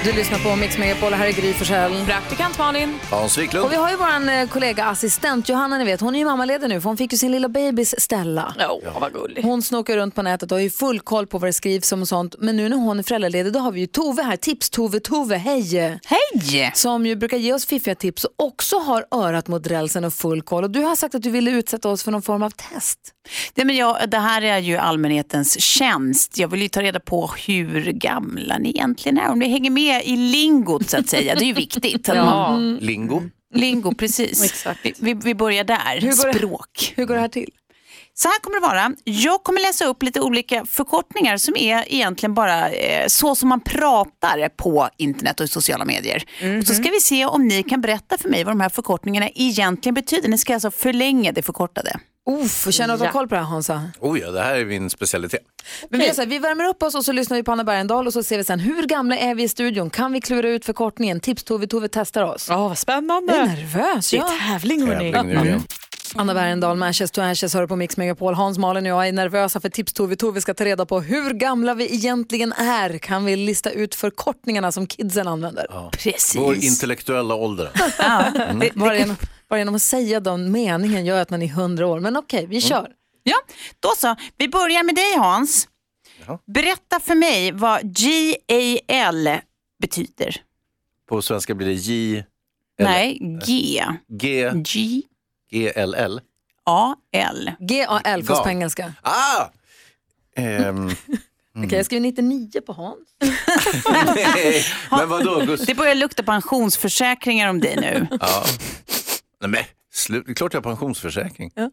S1: Du lyssnar på Mix Megapol, här är Gry Forssell.
S12: Praktikant Malin.
S2: Hans Wiklund.
S1: Och vi har ju vår eh, kollega assistent Johanna, ni vet, hon är ju mammaledig nu för hon fick ju sin lilla bebis Stella.
S12: Ja, vad gullig.
S1: Hon snokar runt på nätet och har ju full koll på vad det skrivs om och sånt. Men nu när hon är föräldraledig då har vi ju Tove här, Tips-Tove. Tove, hej!
S8: Hej!
S1: Som ju brukar ge oss fiffiga tips och också har örat mot rälsen och full koll. Och du har sagt att du ville utsätta oss för någon form av test.
S8: Nej, men jag, det här är ju allmänhetens tjänst. Jag vill ju ta reda på hur gamla ni egentligen är. Om ni hänger med i lingot så att säga. Det är ju viktigt. Att man-
S2: Lingo.
S8: Lingo, precis. Vi, vi, vi börjar där.
S1: Hur går det-
S8: Språk.
S1: hur går det här till?
S8: Så här kommer det vara. Jag kommer läsa upp lite olika förkortningar som är egentligen bara eh, så som man pratar på internet och i sociala medier. Och så
S1: Mhm.
S8: ska vi se om ni kan berätta för mig vad de här förkortningarna egentligen betyder. Ni ska alltså förlänga det förkortade.
S1: Uff, känner att du har koll på det här Hansa?
S2: Oh ja, det här är min specialitet.
S1: Men vi, gör så här, vi värmer upp oss och så lyssnar vi på Anna Bergendahl och så ser vi sen hur gamla är vi i studion? Kan vi klura ut förkortningen? Tips Tove, Tove testar oss.
S12: Ja, vad spännande.
S1: Jag är nervös.
S12: Det är
S1: ja.
S12: tävling, hörni.
S1: Tävling nu
S12: igen.
S1: Anna Bergendahl, Manchester to Ashes, hör du på Mix Megapol. Hans, Malin och jag är nervösa för Tips Tove. Tove ska ta reda på hur gamla vi egentligen är. Kan vi lista ut förkortningarna som kidsen använder?
S8: Precis.
S2: Vår intellektuella ålder.
S1: Mm. Bara, genom, bara genom att säga den meningen gör att man är hundra år. Men okej, vi kör.
S8: Ja, då så. Vi börjar med dig Hans. Berätta för mig vad GAL betyder.
S2: På svenska blir det J...
S8: Nej, G.
S2: G...
S8: G...
S2: G-L-L.
S8: A-L.
S1: G-A-L, fast
S2: Gal.
S1: på engelska.
S2: Ah! Ehm,
S1: Okej, jag skriver 99 på Hans.
S2: nej, men vadå Gust?
S8: Det börjar lukta pensionsförsäkringar om dig nu.
S2: Ja. Nej, men slut. Det är klart jag har pensionsförsäkring.
S8: Mm.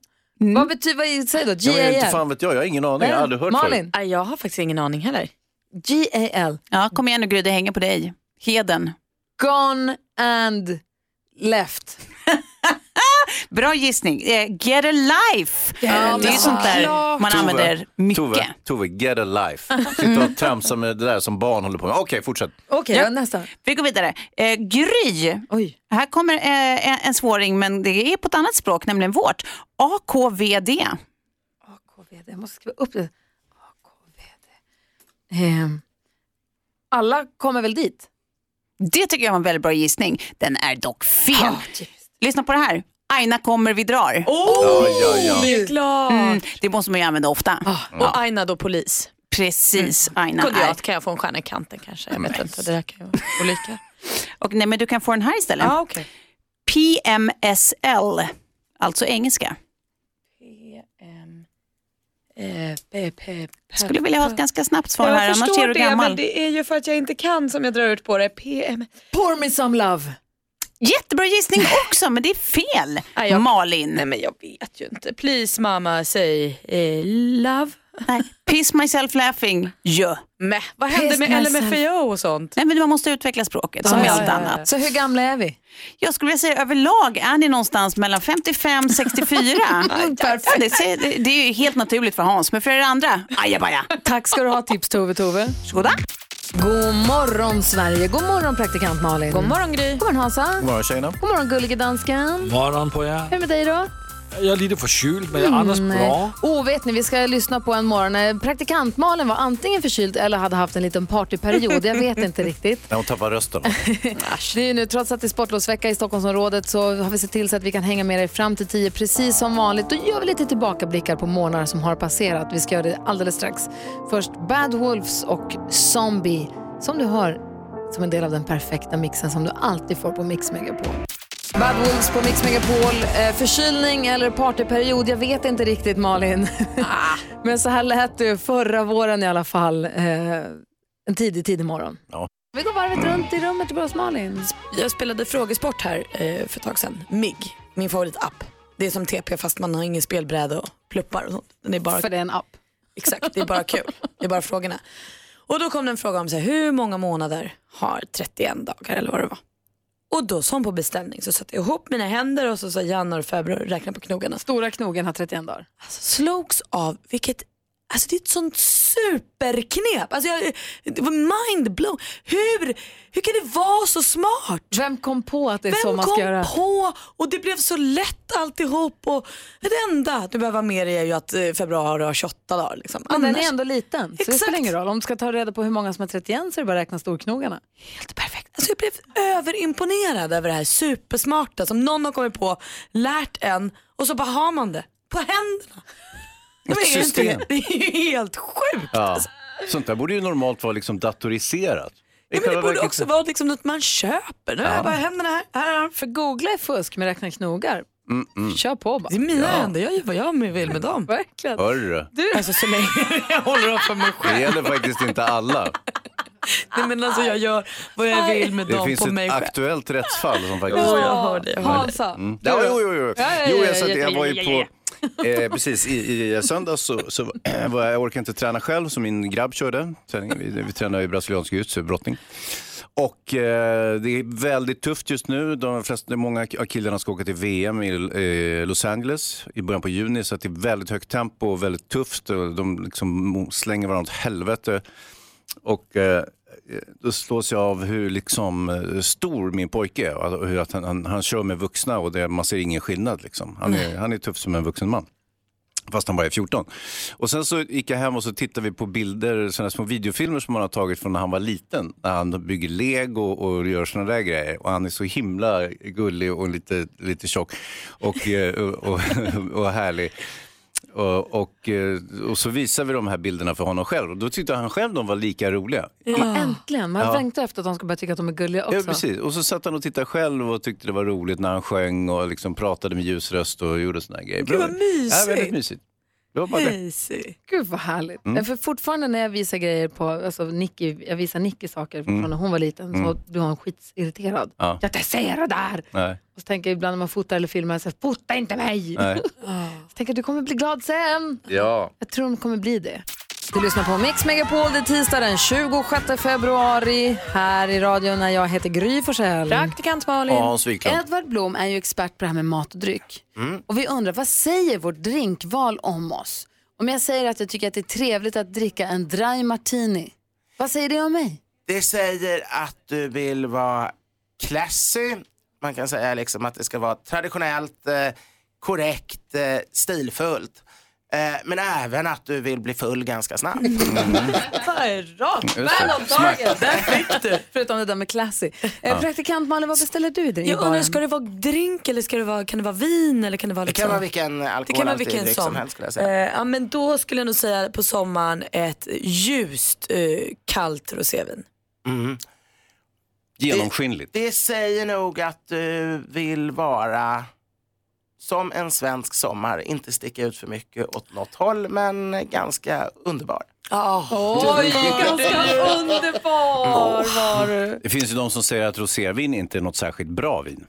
S1: Vad betyder, vad säger du då?
S2: Ja, men inte
S1: G-A-L?
S2: fan vet jag, jag har ingen aning. Jag har aldrig hört förut.
S12: Nej, Jag har faktiskt ingen aning heller.
S1: G-A-L.
S8: Ja, kom igen nu Gry, det hänger på dig. Heden.
S1: Gone and left.
S8: Bra gissning. Eh, Get a life. det är ju sånt där man använder mycket.
S2: Tove, Tove, get a life. Sitta och tramsa med det där som barn håller på med. Okej, fortsätt.
S1: Okej,
S8: Ja.
S1: nästa.
S8: Vi går vidare. Eh, gry. Här kommer eh, en, en svåring, men det är på ett annat språk, nämligen vårt. AKVD.
S1: Jag måste skriva upp det. Ehm, alla kommer väl dit?
S8: Det tycker jag var en väldigt bra gissning. Den är dock fel. Lyssna på det här. Aina kommer, vi drar.
S12: Ah,
S8: Mm,
S12: Oh, Ja, ja, ja. det är klart. Ah,
S8: det måste man ju använda ofta.
S12: Och Aina då polis.
S8: Precis, Aina
S12: Kunde
S8: är.
S12: jag, kan jag få en stjärna i kanten kanske? Jag vet inte, det där kan ju vara olika.
S8: Och, nej, men du kan få den här istället.
S12: Ah, okay.
S8: PMSL, alltså engelska. Skulle vilja ha ett ganska snabbt svar här,
S12: jag
S8: annars är
S12: förstår
S8: du
S12: det,
S8: gammal.
S12: men det är ju för att jag inte kan som jag drar ut på det. PM.
S1: Pour me some love.
S8: Jättebra gissning också, men det är fel.
S12: jag-
S8: Malin.
S12: Nej, men jag vet ju inte. Please mamma, säg eh, love.
S8: Nej, piss myself laughing, ja.
S12: Mäh, vad hände
S8: Piss
S12: med
S8: myself.
S12: LMFAO och sånt?
S8: Nej, men man måste utveckla språket som
S12: Ja,
S8: med
S12: ja,
S8: allt
S12: ja, ja.
S8: annat.
S1: Så hur gamla är vi?
S8: Jag skulle vilja säga överlag är ni någonstans mellan 55 64. ja, det, säger- det- det är ju helt naturligt för Hans, men för er andra, ajabaja.
S1: Tack ska du ha tips Tove Tove.
S8: Varsågoda.
S1: God morgon Sverige, god morgon praktikant Malin.
S12: God morgon, Gry.
S1: God morgon Hansa.
S16: Godmorgen, tjejerna.
S1: God morgon gullige dansken.
S16: Morgen på jer.
S1: Hur är det med dig då?
S16: Jeg er lidt forkylet, men jeg er Anders bra.
S1: Oh, vet ni, vi ska lyssna på en morgon när praktikant Malin var antingen förkyld eller hade haft en liten partyperiod. Jag vet inte riktigt.
S2: Nej, hon tappar rösten. va?
S1: Det är ju nu, trots att det är sportlovsvecka i Stockholmsområdet så har vi sett till så att vi kan hänga med er fram till 10 precis som vanligt. Då gör vi lite tillbakablickar på månader som har passerat. Vi ska göra det alldeles strax. Först Bad Wolves och Zombie som du hör som en del av den perfekta mixen som du alltid får på Mix Megapol. Bad Wolves på Mix Megapol. Eh, förkylning eller partyperiod, jag vet inte riktigt Malin. Eh, Men så här lät det förra våren i alla fall. Eh, en tidig, tidig morgon. Vi går varvet runt i rummet till oss Malin.
S5: Jag spelade frågesport här eh, för ett tag sedan. MIG, min favoritapp. Det är som TP fast man har ingen spelbräda och pluppar och sånt. Det är bara...
S12: För det är en app.
S5: Exakt, det är bara kul. Det är bara frågorna. Och då kom det en fråga om så här, hur många månader har 31 dagar eller vad det var. Och då som på beställning så satte jag ihop mina händer och så sa januari, februari räkna på knogarna.
S12: Stora knogen har 31 dagar.
S5: Alltså, slogs av vilket Alltså det är ett sånt superknep. Alltså jag, det var mindblown. Hur, hur kan det vara så smart?
S1: Vem kom på att det är
S5: Vem
S1: så man ska
S5: kom
S1: göra?
S5: på? Och det blev så lätt alltihop. Och det enda du behöver ha med dig är ju att eh, februari har 28 dagar. Liksom.
S1: Men den
S5: Annars-
S1: är ändå liten, så det spelar ingen roll. Om du ska ta reda på hur många som har 31 så är det bara att räkna storknogarna.
S5: Alltså jag blev överimponerad över det här supersmarta som någon har kommit på, lärt en och så bara har man det på händerna. Det är ju inte-
S2: system.
S5: Det är ju helt sjukt.
S2: Ja. Sånt där borde ju normalt vara liksom datoriserat.
S5: Ja, men det borde också vara liksom något man köper. Nu har
S2: Ja.
S5: jag bara händerna här. här.
S1: För googla är fusk med räkna knogar.
S2: Mm, mm.
S1: Kör på bara.
S5: Det är mina händer, jag gör vad jag vill med dem.
S1: Verkligen.
S2: Hörru,
S1: Du.
S5: Alltså så länge jag håller dem för mig
S2: det
S5: själv.
S2: gäller faktiskt inte alla.
S5: Nej, men alltså jag gör vad jag vill med
S2: Det
S5: dem
S2: finns
S5: på mig
S2: ett
S5: själv.
S2: aktuellt rättsfall som faktiskt...
S5: Jo, jag hör det, jag hör det. Hansa.
S2: Mm.
S5: Du då?
S2: Ja, jo, jo, jo.
S5: Ja, ja,
S2: jo
S5: ja,
S2: jag, satt,
S5: ja,
S2: jag
S5: ja,
S2: var ju
S5: ja,
S2: på... Eh, precis, i, i söndags så, så var jag, jag orkade inte träna själv så min grabb körde. Träningen. Vi, vi tränade ju brasiliansk jujutsu-brottning. Och eh, det är väldigt tufft just nu. De flesta, många av killarna ska åka till VM i eh, Los Angeles i början på juni. Så att det är väldigt högt tempo och väldigt tufft. Och de liksom mo- slänger varandra åt helvete. Och eh, då slås jag av hur liksom, eh, stor min pojke är. Och hur att han, han, han kör med vuxna och det, man ser ingen skillnad. Liksom. Han, är, han är tuff som en vuxen man. Fast han bara är 14. Och sen så gick jag hem och så tittade vi på bilder, sådana små videofilmer som han har tagit från när han var liten. När han bygger lego och gör sådana där grejer. Och han är så himla gullig och lite, lite tjock och, eh, och, och, och härlig. Och, och, eh, och så visade vi de här bilderna för honom själv och då tyckte han själv de var lika roliga.
S1: Ja. Äntligen, man
S2: Ja.
S1: längtar efter att de ska börja tycka att de är gulliga också.
S2: Ja, precis. Och så satt han och tittade själv och tyckte det var roligt när han sjöng och liksom pratade med ljusröst och gjorde såna här grejer.
S1: Gud, vad mysigt.
S2: Ja, väldigt mysigt. Det var bara det.
S1: Gud vad härligt.
S2: Mm.
S1: Ja, För fortfarande när jag visar grejer på, alltså Nicky, jag visar Nicky saker från
S2: Mm.
S1: när hon var liten
S2: Mm.
S1: så blev hon skitirriterad.
S2: Ja.
S1: Jag inte ser det där!
S2: Nej.
S1: Och så tänker jag ibland när man fotar eller filmar, så här, fota inte mig!
S2: Nej.
S1: så tänker jag, du kommer bli glad sen.
S2: Ja.
S1: Jag tror de kommer bli det. Du lyssnar på Mix Megapol, det är tisdag den 26 februari här i radion när jag heter Gry Forssell.
S12: Praktikant Malin.
S2: Hans Wiklund.
S12: Edvard Blom är ju expert på det här med mat och dryck.
S17: Mm.
S1: Och vi undrar, vad säger vårt drinkval om oss? Om jag säger att jag tycker att det är trevligt att dricka en dry martini, vad säger det om mig?
S17: Det säger att du vill vara classy. Man kan säga liksom att det ska vara traditionellt, eh, korrekt, eh, stilfullt. Eh, men även att du vill bli full ganska snabbt.
S1: Vad är rakt?
S17: Just det.
S1: Man om dagen!
S17: Smart.
S1: Där fick du! Förutom det där med classy. Eh,
S17: Ja.
S1: Praktikant Malin, vad beställer du i drinkbaren?
S5: Jag undrar, ska det vara drink eller ska det vara, kan det vara vin? Eller kan det, vara
S17: Det kan
S5: liksom...
S17: vara vilken
S5: Det kan vara
S17: alkoholhaltig
S5: vilken
S17: dryck som
S5: som.
S17: helst, skulle jag säga.
S5: Eh, ja, men då skulle jag nog säga på sommaren ett ljust eh, kallt rosévin.
S17: Mm.
S2: Genomskinligt.
S17: Det säger nog att du vill vara som en svensk sommar, inte sticka ut för mycket åt något håll, men ganska underbar.
S1: Ah. Oj, ganska underbar var du.
S2: Det finns ju de som säger att rosévin inte är något särskilt bra vin.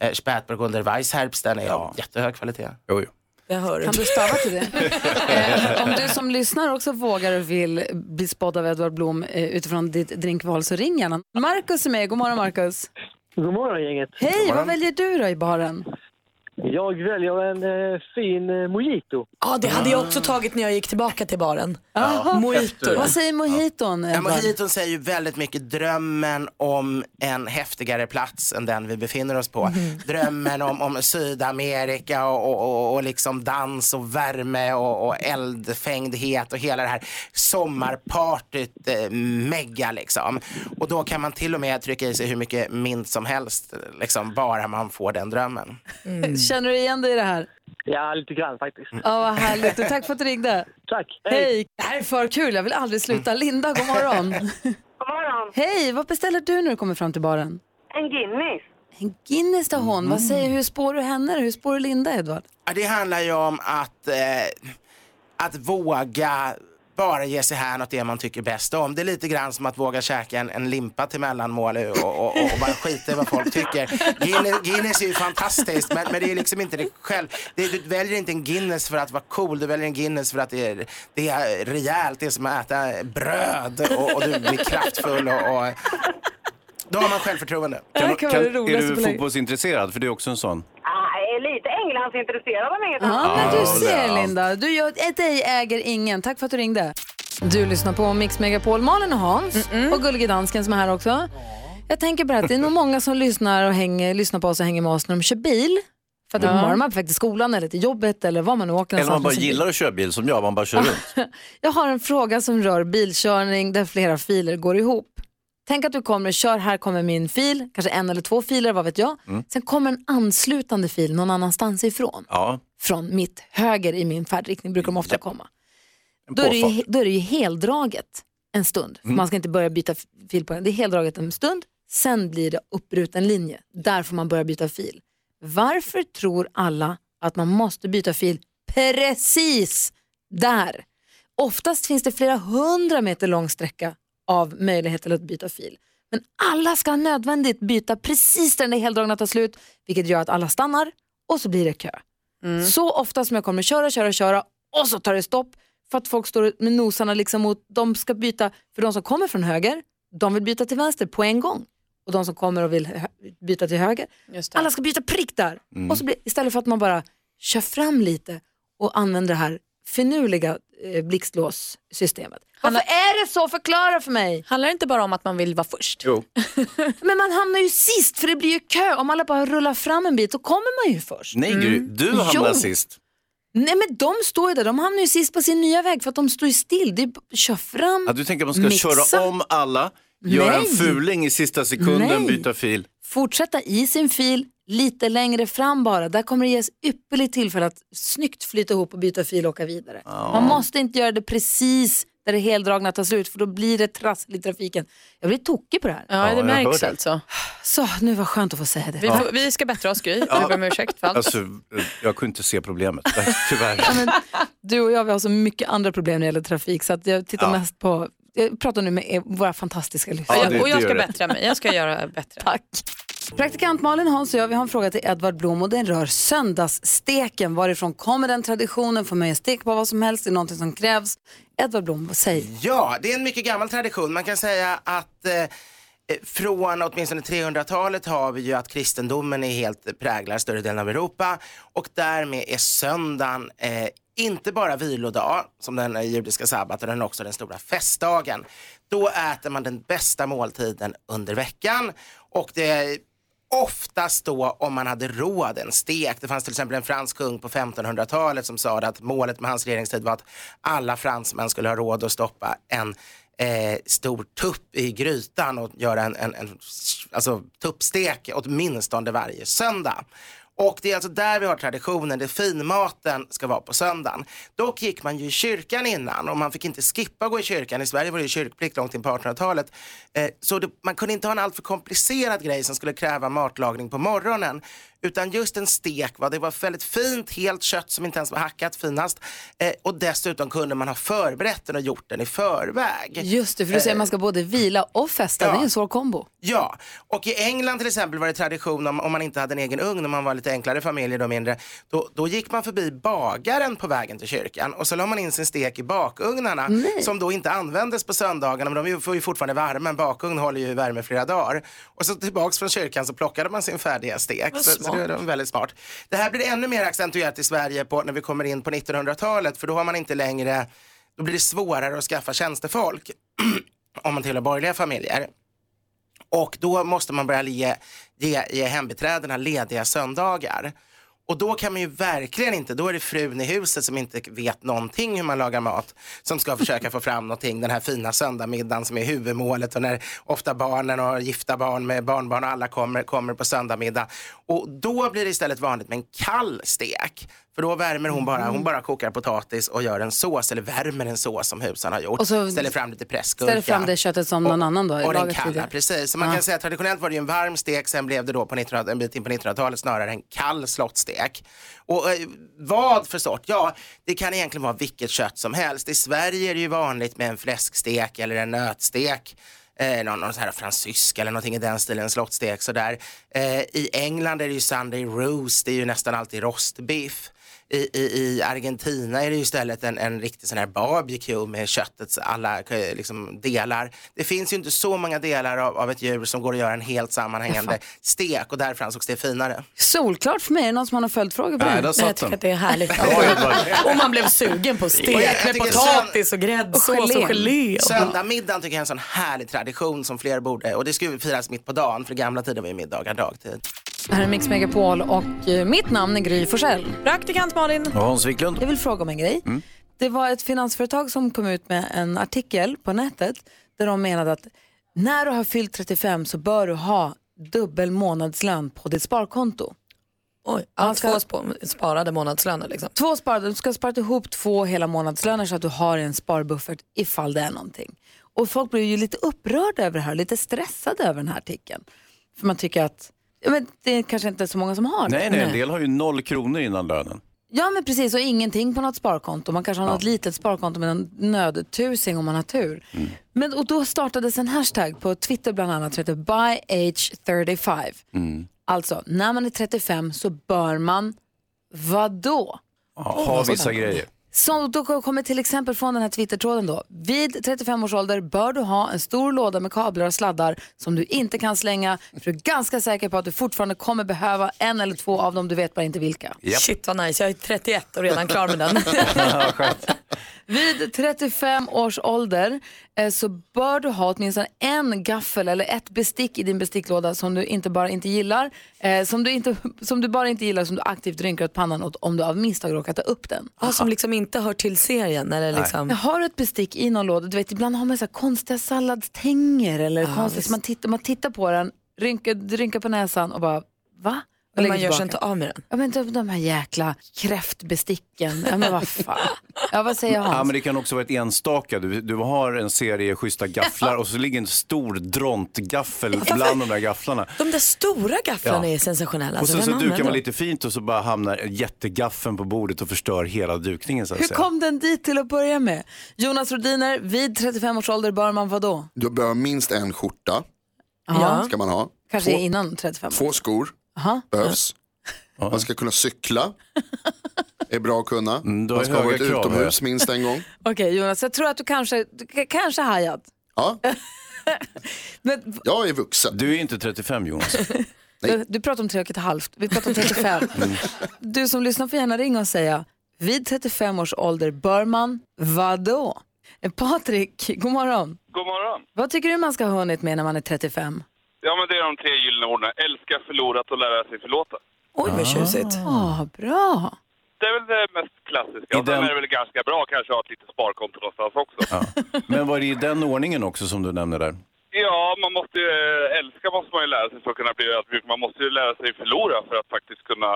S17: Eh, Spätburgunder Weissherbst, den är av jättehög kvalitet.
S2: Jo, jo.
S5: Jag hör
S1: Kan du stava till det? eh, om du som lyssnar också vågar och vill bli spådd av Edvard Blom eh, utifrån ditt drinkval så ring gärna. Markus är med. God morgon Markus.
S18: God morgon gänget.
S1: Hej, vad väljer du då i baren?
S18: Jag väljer en eh, fin eh, mojito.
S5: Ja, det hade
S17: Ah.
S5: jag också tagit när jag gick tillbaka till baren. Mojito.
S1: Vad säger mojiton?
S17: Ja,
S1: Edvard?
S17: mojiton säger ju väldigt mycket drömmen om en häftigare plats än den vi befinner oss på.
S1: Mhm.
S17: Drömmen om, om Sydamerika och, och, och, och liksom dans och värme och, och eldfängdhet och hela det här sommarpartyt eh, mega liksom. Och då kan man till och med trycka i sig hur mycket mint som helst, liksom, bara man får den drömmen.
S18: Mm.
S1: Känner du igen dig i det här?
S17: Ja, lite grann faktiskt.
S1: Ja, vad härligt. Och tack för att du ringde.
S18: Tack.
S1: Hej. Det här är för kul. Jag vill aldrig sluta.
S18: Mm.
S1: Linda, god morgon.
S19: God morgon.
S1: Hej, vad beställer du när du kommer fram till baren?
S19: En Guinness.
S1: En Guinness tar hon. Vad säger, hur spår du henne? Hur spår du Linda, Edvard?
S17: Ja, det handlar ju om att, eh, att våga bara ge sig hän åt det man tycker bäst om. Det är lite grann som att våga käka en, en limpa till mellanmål och, och, och, och bara skita i vad folk tycker. Guinness, Guinness är ju fantastiskt men, men det är liksom inte det själv. Det, du väljer inte en Guinness för att vara cool, du väljer en Guinness för att det är, det är rejält, det är som att äta bröd och, och du blir kraftfull och, och då har man självförtroende.
S2: Kan- kan- är du fotbollsintresserad? För det är också en sån.
S19: Nej, Ah, lite Englandsintresserad om inget
S1: Ja, men du ser
S2: Ja.
S1: Linda. Du gör ett ej äger ingen. Tack för att du ringde. Du lyssnar på Mix Megapol, Malin och Hans och Gullige Dansken som är här också. Jag tänker på det här, att det är nog många som lyssnar, och hänger, lyssnar på oss och hänger med oss när de kör bil. För att de
S2: Mm.
S1: har de här på väg till skolan eller till jobbet eller var man nu åker.
S2: Eller man
S1: någonstans
S2: bara
S1: med sin bil.
S2: gillar att köra bil som jag, man bara
S1: Ah.
S2: kör runt.
S1: Jag har en fråga som rör bilkörning där flera filer går ihop. Tänk att du kommer och kör, här kommer min fil, kanske en eller två filer, vad vet jag.
S2: Mm.
S1: Sen kommer en anslutande fil någon annanstans ifrån.
S2: Ja.
S1: Från mitt höger i min färdriktning brukar de ofta komma.
S2: En
S1: Då är, det ju,
S2: påfart.
S1: då är det ju heldraget en stund. För
S2: Mm.
S1: Man ska inte börja byta f- fil på den. Det är heldraget en stund, sen blir det uppbruten linje. Där får man börja byta fil. Varför tror alla att man måste byta fil precis där? Oftast finns det flera hundra meter lång sträcka av möjlighet till att byta fil. Men alla ska nödvändigt byta precis där den där heldragna tar slut, vilket gör att alla stannar och så blir det kö. Så ofta som jag kommer köra, köra, köra och så tar det stopp för att folk står med nosarna liksom mot, de ska byta, för de som kommer från höger, de vill byta till vänster på en gång. Och de som kommer och vill hö- byta till höger, alla ska byta prick där.
S12: Mm.
S1: Och så blir, istället för att man bara kör fram lite och använder det här finurliga eh, blixtlåssystemet. Varför är det så? Förklara för mig.
S12: Handlar det inte bara om att man vill vara först?
S2: Jo.
S1: Men man hamnar ju sist för det blir ju kö. Om alla bara rullar fram en bit så kommer man ju först.
S2: Nej, Gry,
S12: Mm.
S2: du hamnar
S1: Mm. Jo.
S2: sist.
S1: Nej men de står ju där, de hamnar ju sist på sin nya väg för att de står ju still. Det är b- kör fram,
S2: Ja, du tänker att man ska
S1: mixa,
S2: köra om alla, göra en
S1: Nej.
S2: fuling i sista sekunden,
S1: Nej.
S2: byta fil.
S1: fortsätta i sin fil, lite längre fram bara. Där kommer det ges ypperligt tillfälle att snyggt flyta ihop och byta fil och åka vidare. Man måste inte göra det precis där det heldragna tar slut för då blir det trassel i trafiken. Jag blir tokig på det här.
S12: Ja, det märks alltså.
S1: Så, nu var skönt att få säga det.
S12: Vi, får, vi ska bättra oss Gry,
S2: Ja.
S12: jag ber om ursäkt för allt.
S2: Alltså, eh, jag kunde inte se problemet, tyvärr.
S1: Ja, men, du och jag vi har så mycket andra problem när det gäller trafik så att jag tittar
S2: Ja.
S1: mest på, jag pratar nu med er, våra fantastiska lyssnare.
S12: Ja, jag, och jag ska bättra mig, jag ska göra bättre.
S1: Tack. Praktikant Malin, Hans och jag vi har en fråga till Edvard Blom och den rör söndagssteken. Varifrån kommer den traditionen? Får man göra stek på vad som helst? Det är någonting som krävs. Edvard Blom, säg.
S17: Ja, det är en mycket gammal tradition. Man kan säga att eh, eh, från åtminstone 300-talet har vi ju att kristendomen är helt präglar större delen av Europa och därmed är söndagen eh, inte bara vilodag som den eh, judiska sabbaten, den är också den stora festdagen. Då äter man den bästa måltiden under veckan och det oftast då om man hade råd en stek. Det fanns till exempel en fransk kung på 1500-talet som sa att målet med hans regeringstid var att alla fransmän skulle ha råd att stoppa en eh, stor tupp i grytan och göra en, en, en alltså, tuppstek åtminstone varje söndag. Och det är alltså där vi har traditionen, det finmaten ska vara på söndagen. Dock gick man ju i kyrkan innan och man fick inte skippa att gå i kyrkan. I Sverige var det ju kyrkplikt långt in på 1800-talet. Eh, så det, man kunde inte ha en alltför komplicerad grej som skulle kräva matlagning på morgonen. Utan just en stek, va? det var väldigt fint, helt kött som inte ens var hackat, finast. Eh, och dessutom kunde man ha förberett den och gjort den i förväg.
S1: Just det, för
S17: Eh.
S1: du säger att man ska både vila och festa. Det är en svår kombo.
S17: Ja, och i England till exempel var det tradition om, om man inte hade en egen ugn, om man var lite enklare familjer då mindre, då, då gick man förbi bagaren på vägen till kyrkan och så la man in sin stek i bakugnarna som då inte användes på söndagarna, men de är ju- får ju fortfarande värme, en bakugn håller ju i värme flera dagar. Och så tillbaks från kyrkan så plockade man sin färdiga stek.
S4: Vad
S17: Så, så det
S4: smart.
S17: var väldigt smart. Det här blir ännu mer accentuerat i Sverige på, när vi kommer in på 1900-talet, för då har man inte längre, då blir det svårare att skaffa tjänstefolk om man tillhör borgerliga familjer. Och då måste man börja ge, ge, ge hembiträdena lediga söndagar. Och då kan man ju verkligen inte, då är det frun i huset som inte vet någonting hur man lagar mat som ska försöka få fram någonting den här fina söndagsmiddagen som är huvudmålet och när ofta barnen och gifta barn med barnbarn och alla kommer, kommer på söndagsmiddag. Och då blir det istället vanligt med en kall stek. För då värmer hon bara, hon bara kokar potatis och gör en sås eller värmer en sås som husan har gjort.
S1: Och så
S17: ställer fram lite pressgurka.
S1: Ställ fram det köttet som någon annan då.
S17: Och den
S1: lagat
S17: kalla,
S1: tidigare.
S17: precis. Så man
S1: Ja.
S17: kan säga att traditionellt var det ju en varm stek, sen blev det då på 1900, en bit in på 1900-talet snarare en kall slottsstek. kärlek. Och eh, vad för sort? Ja, det kan egentligen vara vilket kött som helst. I Sverige är det ju vanligt med en fläskstek eller en nötstek. Eh, någon, någon sån här fransysk eller någonting i den stilen, en slottstek sådär. Eh, I England är det ju Sunday roast, det är ju nästan alltid rostbiff. I, i, I Argentina är det ju istället en, en riktig sån här barbecue med köttets alla eh, liksom, delar. Det finns ju inte så många delar av, av ett djur som går att göra en helt sammanhängande stek och därför ansågs det finare.
S1: Solklart för mig. Är det någon som har någon följdfråga på
S17: Nej,
S1: det?
S17: där satt
S12: Jag tycker
S17: den.
S12: att det är härligt. och man blev sugen på stek
S17: Och jag- jag
S12: med
S17: tycker
S12: potatis
S17: sönd-
S12: och gräddsås och gelé.
S17: Söndagsmiddagen tycker jag är en sån härlig tradition som fler borde, och det ska ju firas mitt på dagen för i gamla tider var ju middagar dagtid.
S1: Här är Mix Megapol och eh, mitt namn är Gry Forssell.
S12: Praktikant Malin.
S2: Och Hans Wiklund.
S1: Jag vill fråga om en grej.
S2: Mm.
S1: Det var ett finansföretag som kom ut med en artikel på nätet där de menade att när du har fyllt 35 så bör du ha dubbel månadslön på ditt sparkonto.
S12: Oj,
S1: Man ska-
S12: två sp- sparade månadslöner liksom.
S1: Två sparade, du ska ha sparat ihop två hela månadslöner så att du har en sparbuffert ifall det är någonting. Och folk blir ju lite upprörda över det här, lite stressade över den här artikeln. För man tycker att ja, men det är kanske inte så många som har det.
S2: Nej, nej, en del har ju noll kronor innan lönen.
S1: Ja men precis och ingenting på något sparkonto. Man kanske har något litet sparkonto med en nödtusing om man har tur. Men, och då startades en hashtag på Twitter bland annat som heter BuyAge35. Alltså när man är 35 så bör man vadå?
S2: Ja, har vissa grejer.
S1: Så då kommer till exempel från den här twittertråden då. Vid 35 års ålder bör du ha en stor låda med kablar och sladdar som du inte kan slänga. För du är ganska säker på att du fortfarande kommer behöva en eller två av dem, du vet bara inte vilka.
S12: Shit vad nice, jag är 31 och redan klar med den.
S1: Vid 35 års ålder eh, så bör du ha åtminstone en gaffel eller ett bestick i din besticklåda som du inte bara inte gillar, eh, som, du inte, som du bara inte gillar som du aktivt rynkar åt pannan åt om du av misstag råkat ta upp den.
S12: Ja, som liksom inte hör till serien eller
S1: Nej.
S12: liksom.
S1: Jag har ett bestick i någon låda, du vet ibland har man så här konstiga salladstänger eller konstigt, så man tittar, man tittar på den, rynkar, rynkar på näsan och bara va? Och
S12: Men
S1: lägger
S12: man gör sig
S1: tillbaka.
S12: inte av med den.
S1: Ja men de, de här jäkla kräftbesticken, ja men vad fan. Ja vad säger Hans?
S2: Ja, men det kan också vara ett enstaka. Du, du har en serie schyssta gafflar och så ligger en stor drontgaffel bland de där gafflarna.
S1: Alltså,
S12: De där stora gafflarna
S2: Ja.
S12: är sensationella.
S2: Och
S12: Alltså,
S2: sen så
S12: vem
S2: dukar
S12: använder
S2: man
S12: dem?
S2: lite fint och så bara hamnar jättegaffeln på bordet och förstör hela dukningen. Så att
S1: Hur
S2: säga.
S1: kom den dit till att börja med? Jonas Rodiner, vid 35 års ålder bör man vadå?
S7: Du behöver minst en skjorta.
S1: Ja.
S7: Ska man ha.
S1: Kanske
S7: två,
S1: innan 35
S7: två skor
S1: Aha.
S7: behövs. Man ska kunna cykla. Är bra att kunna.
S2: Mm, då
S7: man
S2: är
S7: ska ha
S2: höga
S7: varit
S2: krav,
S7: utomhus
S2: ja.
S7: minst en gång.
S1: Okej Jonas, jag tror att du kanske, du k- kanske hajat.
S7: Ja.
S1: Men,
S7: Jag är vuxen.
S2: Du är inte 35 Jonas.
S1: du, du pratar om tre och ett halvt, vi pratar om 35. Du som lyssnar får gärna ringa och säga, vid 35 års ålder bör man vadå? Patrik, god morgon.
S20: God morgon.
S1: Vad tycker du man ska ha hunnit med när man är 35?
S20: Ja, men det är de tre gyllene orden. Älska, förlorat och lära sig förlåta.
S12: Oj vad tjusigt.
S1: Ah, bra.
S20: Det är väl det mest klassiska. Och sen är det väl ganska bra kanske att ha ett litet sparkonto någonstans också.
S2: Ja. Men var det i den ordningen också som du nämnde där?
S20: Ja, man måste ju eh, älska måste man ju lära sig för att kunna bli ödmjuk. Man måste ju lära sig förlora för att faktiskt kunna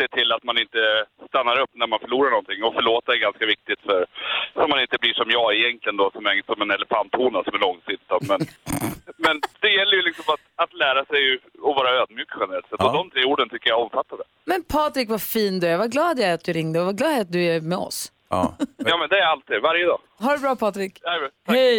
S20: se till att man inte stannar upp när man förlorar någonting. Och förlåta är ganska viktigt för så man inte blir som jag egentligen då, som är som en elefanthona som är långsintad. Men, men det gäller ju liksom att, att lära sig och vara ödmjuk generellt sett. Och de tre orden tycker jag omfattar det.
S1: Men Patrik, vad fin du är. Vad glad jag är att du ringde och vad glad jag är att du är med oss.
S2: Ja.
S20: ja, men det är alltid, varje dag.
S1: Ha det bra Patrik.
S20: Det är bra.
S1: Hej!